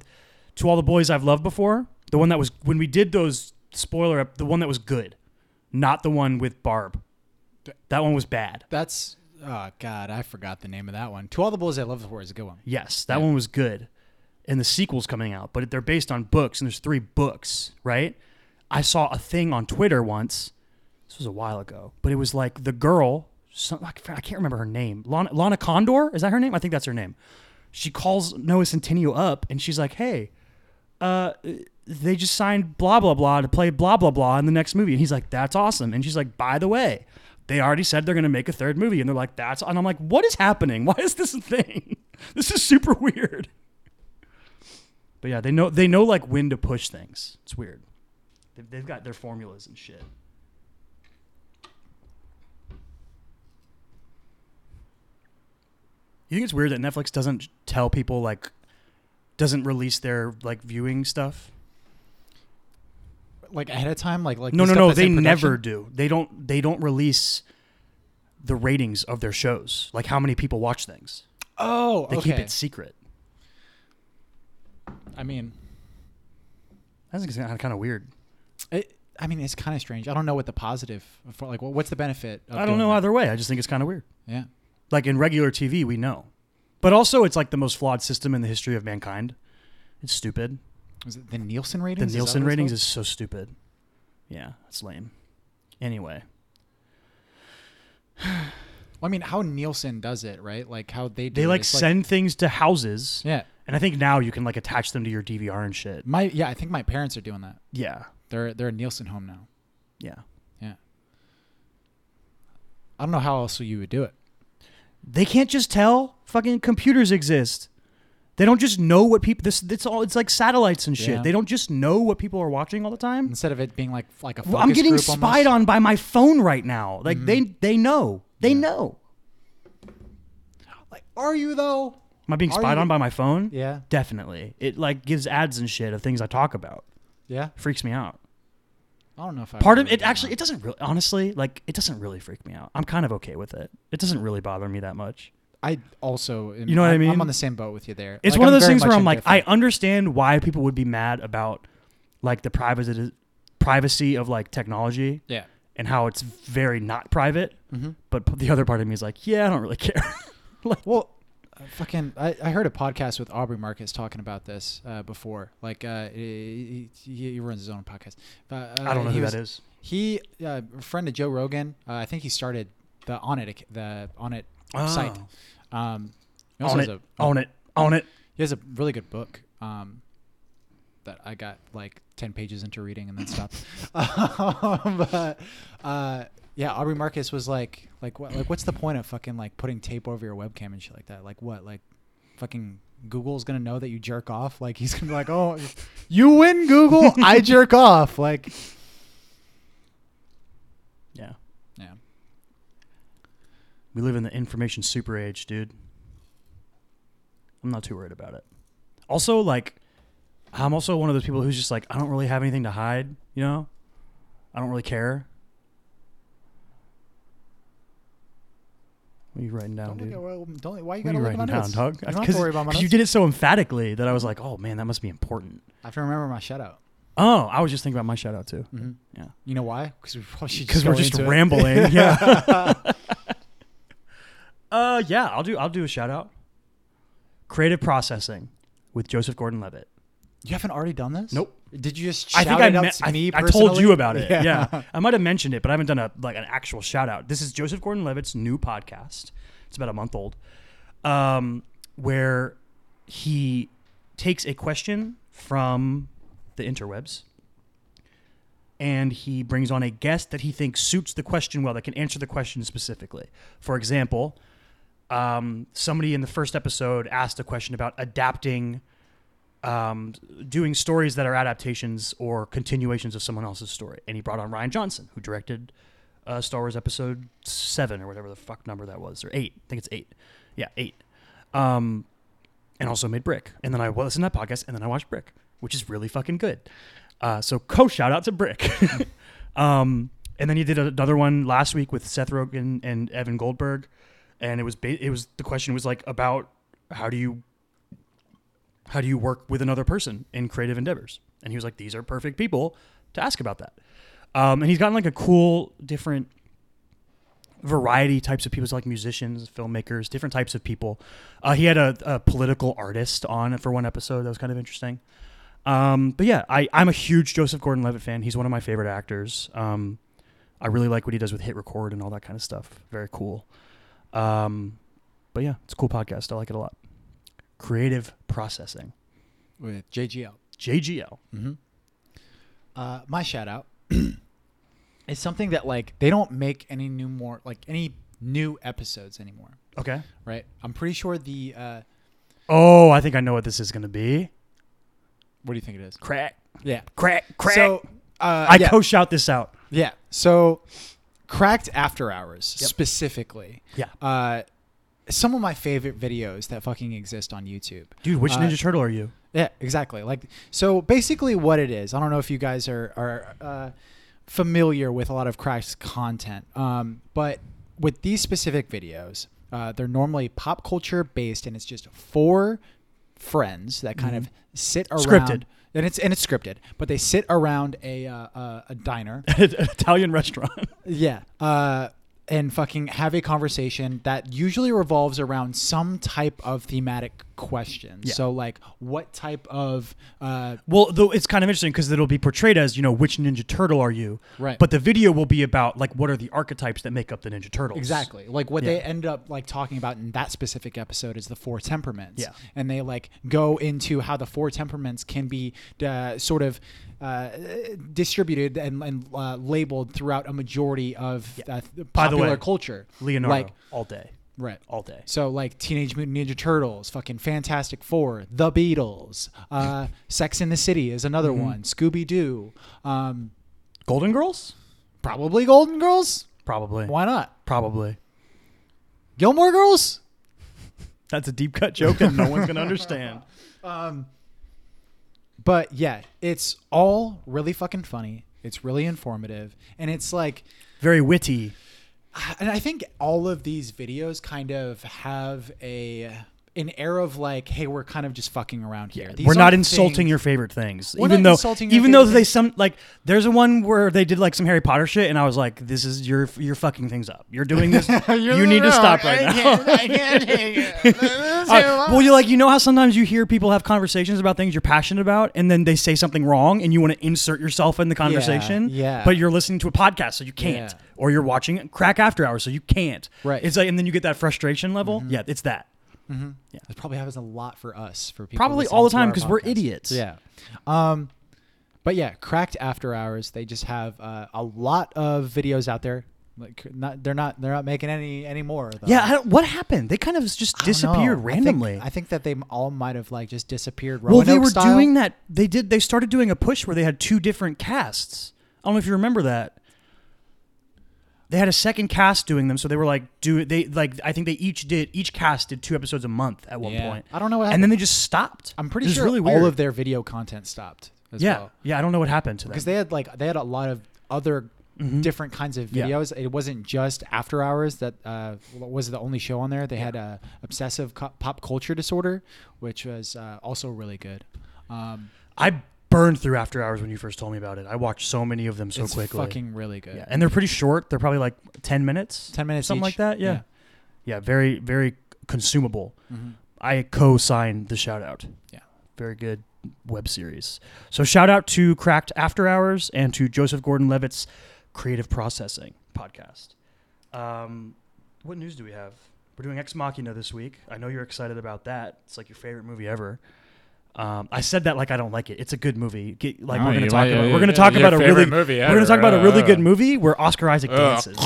Speaker 1: to all the boys I've loved before the one that was when we did those spoiler up the one that was good, not the one with Barb. That one was bad.
Speaker 2: That's oh god, I forgot the name of that one. To all the boys I love before is a good one.
Speaker 1: Yes, that
Speaker 2: Yeah.
Speaker 1: one was good. And the sequel's coming out, but they're based on books, and there's three books, right? I saw a thing on Twitter once. This was a while ago, but it was like the girl. Some, I can't I can't remember her name. Lana, Lana Condor is that her name? I think that's her name. She calls Noah Centineo up, and she's like, "Hey, uh, they just signed blah blah blah to play blah blah blah in the next movie," and he's like, "That's awesome," and she's like, "By the way." They already said they're going to make a third movie, and they're like, "That's," and I'm like, "What is happening? *laughs* Why is this a thing? *laughs* This is super weird." But yeah, they know they know like when to push things. It's weird. They've, they've got their formulas and shit. You think it's weird that Netflix doesn't tell people like doesn't release their like viewing stuff?
Speaker 2: Like ahead of time, like like
Speaker 1: no, no,
Speaker 2: the stuff
Speaker 1: no.
Speaker 2: that's
Speaker 1: They
Speaker 2: in
Speaker 1: never
Speaker 2: production?
Speaker 1: do. They don't. They don't release the ratings of their shows, like how many people watch things.
Speaker 2: Oh,
Speaker 1: They
Speaker 2: okay.
Speaker 1: keep it secret.
Speaker 2: I mean,
Speaker 1: I think it's kind of weird.
Speaker 2: it, I mean, it's kind of strange. I don't know what the positive for like. What's the benefit? Of
Speaker 1: I don't know
Speaker 2: doing that?
Speaker 1: either way. I just think it's kind of weird.
Speaker 2: Yeah.
Speaker 1: like in regular TV, we know. But also, it's like the most flawed system in the history of mankind. It's stupid.
Speaker 2: Was it the Nielsen
Speaker 1: The
Speaker 2: ratings? Is that
Speaker 1: Nielsen
Speaker 2: what it's
Speaker 1: ratings
Speaker 2: called?
Speaker 1: is so stupid. Yeah, it's lame. Anyway,
Speaker 2: Well, I mean, how Nielsen does it, right? Like how they do
Speaker 1: they
Speaker 2: it
Speaker 1: like
Speaker 2: is,
Speaker 1: send things to houses,
Speaker 2: Yeah.
Speaker 1: and I think now you can like attach them to your DVR and shit.
Speaker 2: My yeah, I think my parents are doing that.
Speaker 1: Yeah,
Speaker 2: They're they're a Nielsen home now.
Speaker 1: yeah.
Speaker 2: Yeah. I don't know how else you would do it.
Speaker 1: They can't just tell fucking computers exist. They don't just know what people. This it's all. It's like satellites and shit.
Speaker 2: Yeah.
Speaker 1: They don't just know what people are watching all the time.
Speaker 2: Instead of it being like f- like a
Speaker 1: Well, I'm
Speaker 2: focus
Speaker 1: getting
Speaker 2: group
Speaker 1: spied
Speaker 2: almost. Mm-hmm.
Speaker 1: on by my phone right now. Like they they know. They
Speaker 2: Yeah.
Speaker 1: know.
Speaker 2: Like, are you though?
Speaker 1: Am I being
Speaker 2: Are
Speaker 1: spied
Speaker 2: you-
Speaker 1: on by my phone?
Speaker 2: Yeah.
Speaker 1: Definitely. It like gives ads and shit of things I talk about.
Speaker 2: Yeah.
Speaker 1: Freaks me out.
Speaker 2: I don't know if I
Speaker 1: Part
Speaker 2: would
Speaker 1: of it
Speaker 2: do that.
Speaker 1: actually it doesn't really honestly, like it doesn't really freak me out. I'm kind of okay with it. It doesn't really bother me that much.
Speaker 2: I also am-
Speaker 1: You know what I
Speaker 2: I'm-
Speaker 1: mean?
Speaker 2: I'm on the same boat with you there.
Speaker 1: It's
Speaker 2: Like,
Speaker 1: one of
Speaker 2: I'm
Speaker 1: those
Speaker 2: very
Speaker 1: things where
Speaker 2: much
Speaker 1: I'm like I
Speaker 2: indifferent.
Speaker 1: understand why people would be mad about like the privacy privacy of like technology
Speaker 2: Yeah.
Speaker 1: and how it's very not private, *laughs*
Speaker 2: Mm-hmm. Oh,
Speaker 1: but the other part of me is like, yeah, I don't really care.
Speaker 2: Well, uh, fucking I, I heard a podcast with aubrey marcus talking about this uh, before like uh, he, he he runs his own podcast But, uh,
Speaker 1: I don't know
Speaker 2: he
Speaker 1: who
Speaker 2: was-
Speaker 1: that is.
Speaker 2: he uh, a friend of joe rogan uh, i think he started the on it ac- the on it site
Speaker 1: Oh.
Speaker 2: um he also
Speaker 1: Own
Speaker 2: has
Speaker 1: it,
Speaker 2: a- oh.
Speaker 1: own it, own it.
Speaker 2: he has a really good book um that i got like 10 pages into reading and then stopped *laughs* um, but, uh yeah aubrey marcus was like like what like what's the point of fucking like putting tape over your webcam and shit like that like what like fucking google's gonna know that you jerk off like he's gonna be like oh *laughs* you win google *laughs* i jerk off like
Speaker 1: Yeah,
Speaker 2: yeah
Speaker 1: we live in the information super age, dude. I'm not too worried about it. Also, like, I'm also one of those people who's just like, I don't really have anything to hide. You know, I don't really care. What are you writing down,
Speaker 2: don't
Speaker 1: dude?
Speaker 2: look at, well, don't, why you
Speaker 1: What
Speaker 2: gotta
Speaker 1: are you
Speaker 2: look at my
Speaker 1: writing down,
Speaker 2: notes?
Speaker 1: dog?
Speaker 2: You don't have to
Speaker 1: Because-
Speaker 2: worry about my
Speaker 1: because
Speaker 2: notes.
Speaker 1: you did it so emphatically that I was like, oh man, that must be important.
Speaker 2: I have to remember my shout out.
Speaker 1: Oh, I was just thinking about my shout out too.
Speaker 2: Mhm.
Speaker 1: Yeah.
Speaker 2: You know why? Because we probably should
Speaker 1: because
Speaker 2: go
Speaker 1: we're just
Speaker 2: into
Speaker 1: *laughs*
Speaker 2: it.
Speaker 1: rambling. yeah. uh, yeah. I'll do. I'll do a shout out. Creative processing with Joseph Gordon-Levitt.
Speaker 2: You haven't already done this?
Speaker 1: Nope.
Speaker 2: Did you just? Shout
Speaker 1: I think I
Speaker 2: it out
Speaker 1: me-
Speaker 2: to
Speaker 1: I,
Speaker 2: me
Speaker 1: I told you
Speaker 2: personally?
Speaker 1: about
Speaker 2: *laughs*
Speaker 1: it. Yeah. I might have mentioned it, but I haven't done a like an actual shout out. This is Joseph Gordon-Levitt's new podcast. It's about a month old, um, where he takes a question from the interwebs and he brings on a guest that he thinks suits the question well that can answer the question specifically. For example, um, somebody in the first episode asked a question about adapting, um, doing stories that are adaptations or continuations of someone else's story, and he brought on Ryan Johnson, who directed uh, Star Wars Episode Seven or whatever the fuck number that was, or eight. I think it's eight. Yeah, eight. Um, and also made Brick. And then I listened to that podcast, and then I watched Brick, which is really fucking good. Uh, so co shout out to Brick. *laughs* um, and then he did another one last week with Seth Rogen and Evan Goldberg, and it was ba- it was the question was like about how do you how do you work with another person in creative endeavors? And he was like, these are perfect people to ask about that. Um, and he's gotten like a cool different variety types of people, so, like musicians, filmmakers, different types of people. Uh, he had a, a political artist on for one episode that was kind of interesting. Um, but yeah, I, I'm a huge Joseph Gordon-Levitt fan. He's one of my favorite actors. Um, I really like what he does with Hit Record and all that kind of stuff. Very cool. Um, but yeah, it's a cool podcast. I like it a lot. Creative processing.
Speaker 2: With JGL.
Speaker 1: JGL.
Speaker 2: Mm-hmm. Uh, my shout out *clears throat* is something that like they don't make any new more like any new episodes anymore,
Speaker 1: Okay.
Speaker 2: right? I'm pretty sure the. Uh,
Speaker 1: Oh, I think I know what this is going to be.
Speaker 2: what do you think it is?
Speaker 1: Crack,
Speaker 2: Yeah.
Speaker 1: crack, crack.
Speaker 2: So uh,
Speaker 1: I
Speaker 2: yeah.
Speaker 1: co-shout this out.
Speaker 2: Yeah. So, cracked after hours
Speaker 1: Yep.
Speaker 2: specifically.
Speaker 1: Yeah.
Speaker 2: Uh, some of my favorite videos that fucking exist on YouTube.
Speaker 1: Dude, which
Speaker 2: Uh,
Speaker 1: Ninja Turtle are *laughs* you?
Speaker 2: Yeah, exactly. Like so basically what it is, I don't know if you guys are are uh, familiar with a lot of Crack's content. Um, but with these specific videos, uh, they're normally pop culture based and it's just four friends that kind
Speaker 1: Mhm.
Speaker 2: of sit around
Speaker 1: Scripted.
Speaker 2: and it's and it's scripted, but they sit around a uh, uh, a diner
Speaker 1: *laughs* Italian restaurant.
Speaker 2: yeah. Uh, and fucking have a conversation that usually revolves around some type of thematic question.
Speaker 1: Yeah.
Speaker 2: So, like, what type of. Uh,
Speaker 1: *laughs* Well, though it's kind of interesting because it'll be portrayed as you know which Ninja Turtle are you,
Speaker 2: Right.
Speaker 1: But the video will be about like what are the archetypes that make up the Ninja Turtles?
Speaker 2: exactly. Like, what
Speaker 1: Yeah.
Speaker 2: they end up, like, talking about in that specific episode is the four temperaments.
Speaker 1: Yeah.
Speaker 2: And they, like, go into how the four temperaments can be uh, sort of. Uh, distributed and, and uh, labeled throughout a majority of
Speaker 1: Yeah.
Speaker 2: uh, popular
Speaker 1: By the way,
Speaker 2: culture.
Speaker 1: Leonardo,
Speaker 2: Like,
Speaker 1: all day,
Speaker 2: right.
Speaker 1: all day.
Speaker 2: So like Teenage Mutant Ninja Turtles, fucking Fantastic Four, The Beatles,
Speaker 1: *laughs*
Speaker 2: uh, Sex in the City is another
Speaker 1: Mm-hmm.
Speaker 2: one, Scooby Doo, um,
Speaker 1: Golden Girls,
Speaker 2: probably Golden Girls.
Speaker 1: probably,
Speaker 2: Why not
Speaker 1: probably.
Speaker 2: Gilmore Girls?
Speaker 1: That's a deep cut joke that no one's gonna *laughs* understand.
Speaker 2: Um, But yeah, it's all really fucking funny. It's really informative, and it's like, *sighs*
Speaker 1: Very witty.
Speaker 2: and I think all of these videos kind of have a an air of like, hey, we're kind of just fucking around here. These
Speaker 1: we're not
Speaker 2: aren't
Speaker 1: insulting
Speaker 2: things-
Speaker 1: your favorite things,
Speaker 2: We're
Speaker 1: even
Speaker 2: not
Speaker 1: though
Speaker 2: insulting your
Speaker 1: even though
Speaker 2: favorite
Speaker 1: they some like there's a one where they did like some Harry Potter shit, and I was like, "This is you're you're fucking things up. You're doing *laughs* this. you need to stop right now." *laughs* Uh, well, you like you know how sometimes you hear people have conversations about things you're passionate about, and then they say something wrong, and you want to insert yourself in the conversation.
Speaker 2: yeah.
Speaker 1: But you're listening to a podcast, so you can't,
Speaker 2: Yeah.
Speaker 1: or you're watching Crack After Hours, so you can't.
Speaker 2: Right.
Speaker 1: It's like, and then you get that frustration level. Yeah, it's that.
Speaker 2: It probably happens a lot for us for people
Speaker 1: Probably
Speaker 2: listening
Speaker 1: all the
Speaker 2: to
Speaker 1: time
Speaker 2: our
Speaker 1: 'cause we're
Speaker 2: podcast.
Speaker 1: idiots.
Speaker 2: Yeah. Um, but yeah, cracked after hours. They just have uh, a lot of videos out there. Like not they're not they're not making any any more. Though.
Speaker 1: Yeah. I don't, what happened? They kind of just
Speaker 2: I don't know.
Speaker 1: disappeared
Speaker 2: I think-
Speaker 1: randomly.
Speaker 2: I think, that they all might have like just disappeared.
Speaker 1: well, they
Speaker 2: Roanoke
Speaker 1: were
Speaker 2: style.
Speaker 1: doing that. They did. They started doing a push where they had two different casts. I don't know if you remember that. They had a second cast doing them, so they were like, do they like? I think they each did. Each cast did two episodes a month at one
Speaker 2: Yeah.
Speaker 1: point.
Speaker 2: I don't know what
Speaker 1: And then they just stopped.
Speaker 2: I'm pretty
Speaker 1: It was
Speaker 2: sure
Speaker 1: really weird.
Speaker 2: all of their video content stopped. As
Speaker 1: yeah,
Speaker 2: well.
Speaker 1: yeah. I don't know what happened to them.
Speaker 2: because they had like they had a lot of other different kinds of
Speaker 1: Mm-hmm. Yeah.
Speaker 2: videos. It wasn't just After Hours that uh, was the only show on there. They had uh, obsessive co- pop culture disorder, which was uh, also really good. Um,
Speaker 1: I burned through After Hours when you first told me about it. I watched so many of them so
Speaker 2: it's
Speaker 1: quickly.
Speaker 2: fucking really good.
Speaker 1: yeah, and they're pretty short. They're probably like ten minutes,
Speaker 2: Ten minutes,
Speaker 1: something like
Speaker 2: each.
Speaker 1: that. Yeah. yeah, very, very consumable.
Speaker 2: Mm-hmm.
Speaker 1: I co-signed the shout out.
Speaker 2: Yeah.
Speaker 1: very good web series. So shout out to Cracked After Hours and to Joseph Gordon-Levitt's Creative Processing podcast. Um, what news do we have? We're doing Ex Machina this week. I know you're excited about that. It's like your favorite movie ever. Um, I said that like I don't like it. It's a good movie. Get, like
Speaker 3: No,
Speaker 1: we're gonna
Speaker 3: Oh, you
Speaker 1: talk
Speaker 3: like-
Speaker 1: about.
Speaker 3: yeah,
Speaker 1: We're gonna
Speaker 3: yeah,
Speaker 1: talk
Speaker 3: your
Speaker 1: about a
Speaker 3: favorite
Speaker 1: really.
Speaker 3: movie
Speaker 1: we're gonna
Speaker 3: ever.
Speaker 1: talk about a really
Speaker 3: Uh,
Speaker 1: good movie where Oscar Isaac
Speaker 3: Ugh.
Speaker 1: dances.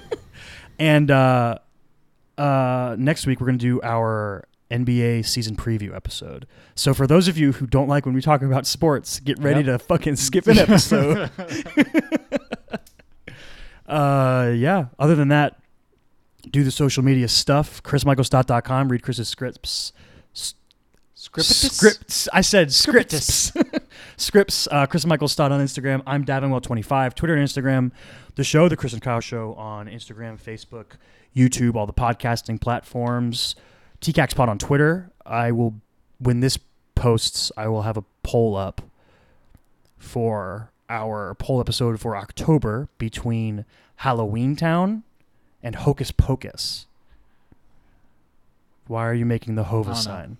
Speaker 1: *laughs* and uh, uh, next week we're gonna do our NBA season preview episode. So for those of you who don't like when we talk about sports, get ready
Speaker 2: Yep.
Speaker 1: to fucking skip an episode. *laughs* uh, yeah. Other than that, do the social media stuff. ChrisMichaelStott.com. Read Chris's scripts. S-
Speaker 2: Scriptus?
Speaker 1: Scripts. I said
Speaker 2: Scriptus.
Speaker 1: scripts. *laughs* scripts. Uh, Chris Michael Stott on Instagram. I'm Davinwell25. Twitter and Instagram. The show, The Chris and Kyle Show on Instagram, Facebook, YouTube, all the podcasting platforms. TCAX Pod on Twitter. I will, when this posts, I will have a poll up for our poll episode for October between Halloween Town and Hocus Pocus. Why are you making the
Speaker 2: I
Speaker 1: Hova
Speaker 2: don't know.
Speaker 1: sign?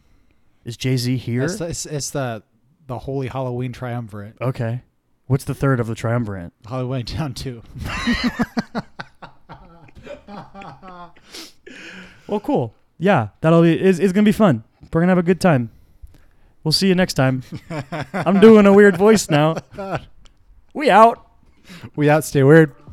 Speaker 1: Is Jay Z here?
Speaker 2: It's, the, it's, it's the the holy Halloween triumvirate.
Speaker 1: okay. What's the third of the triumvirate?
Speaker 2: Halloween *laughs* Town Two.
Speaker 1: Well, cool. Yeah, that'll be. It's, it's gonna be fun. We're gonna have a good time. We'll see you next time. I'm doing a weird voice now. We out.
Speaker 2: We out. Stay weird.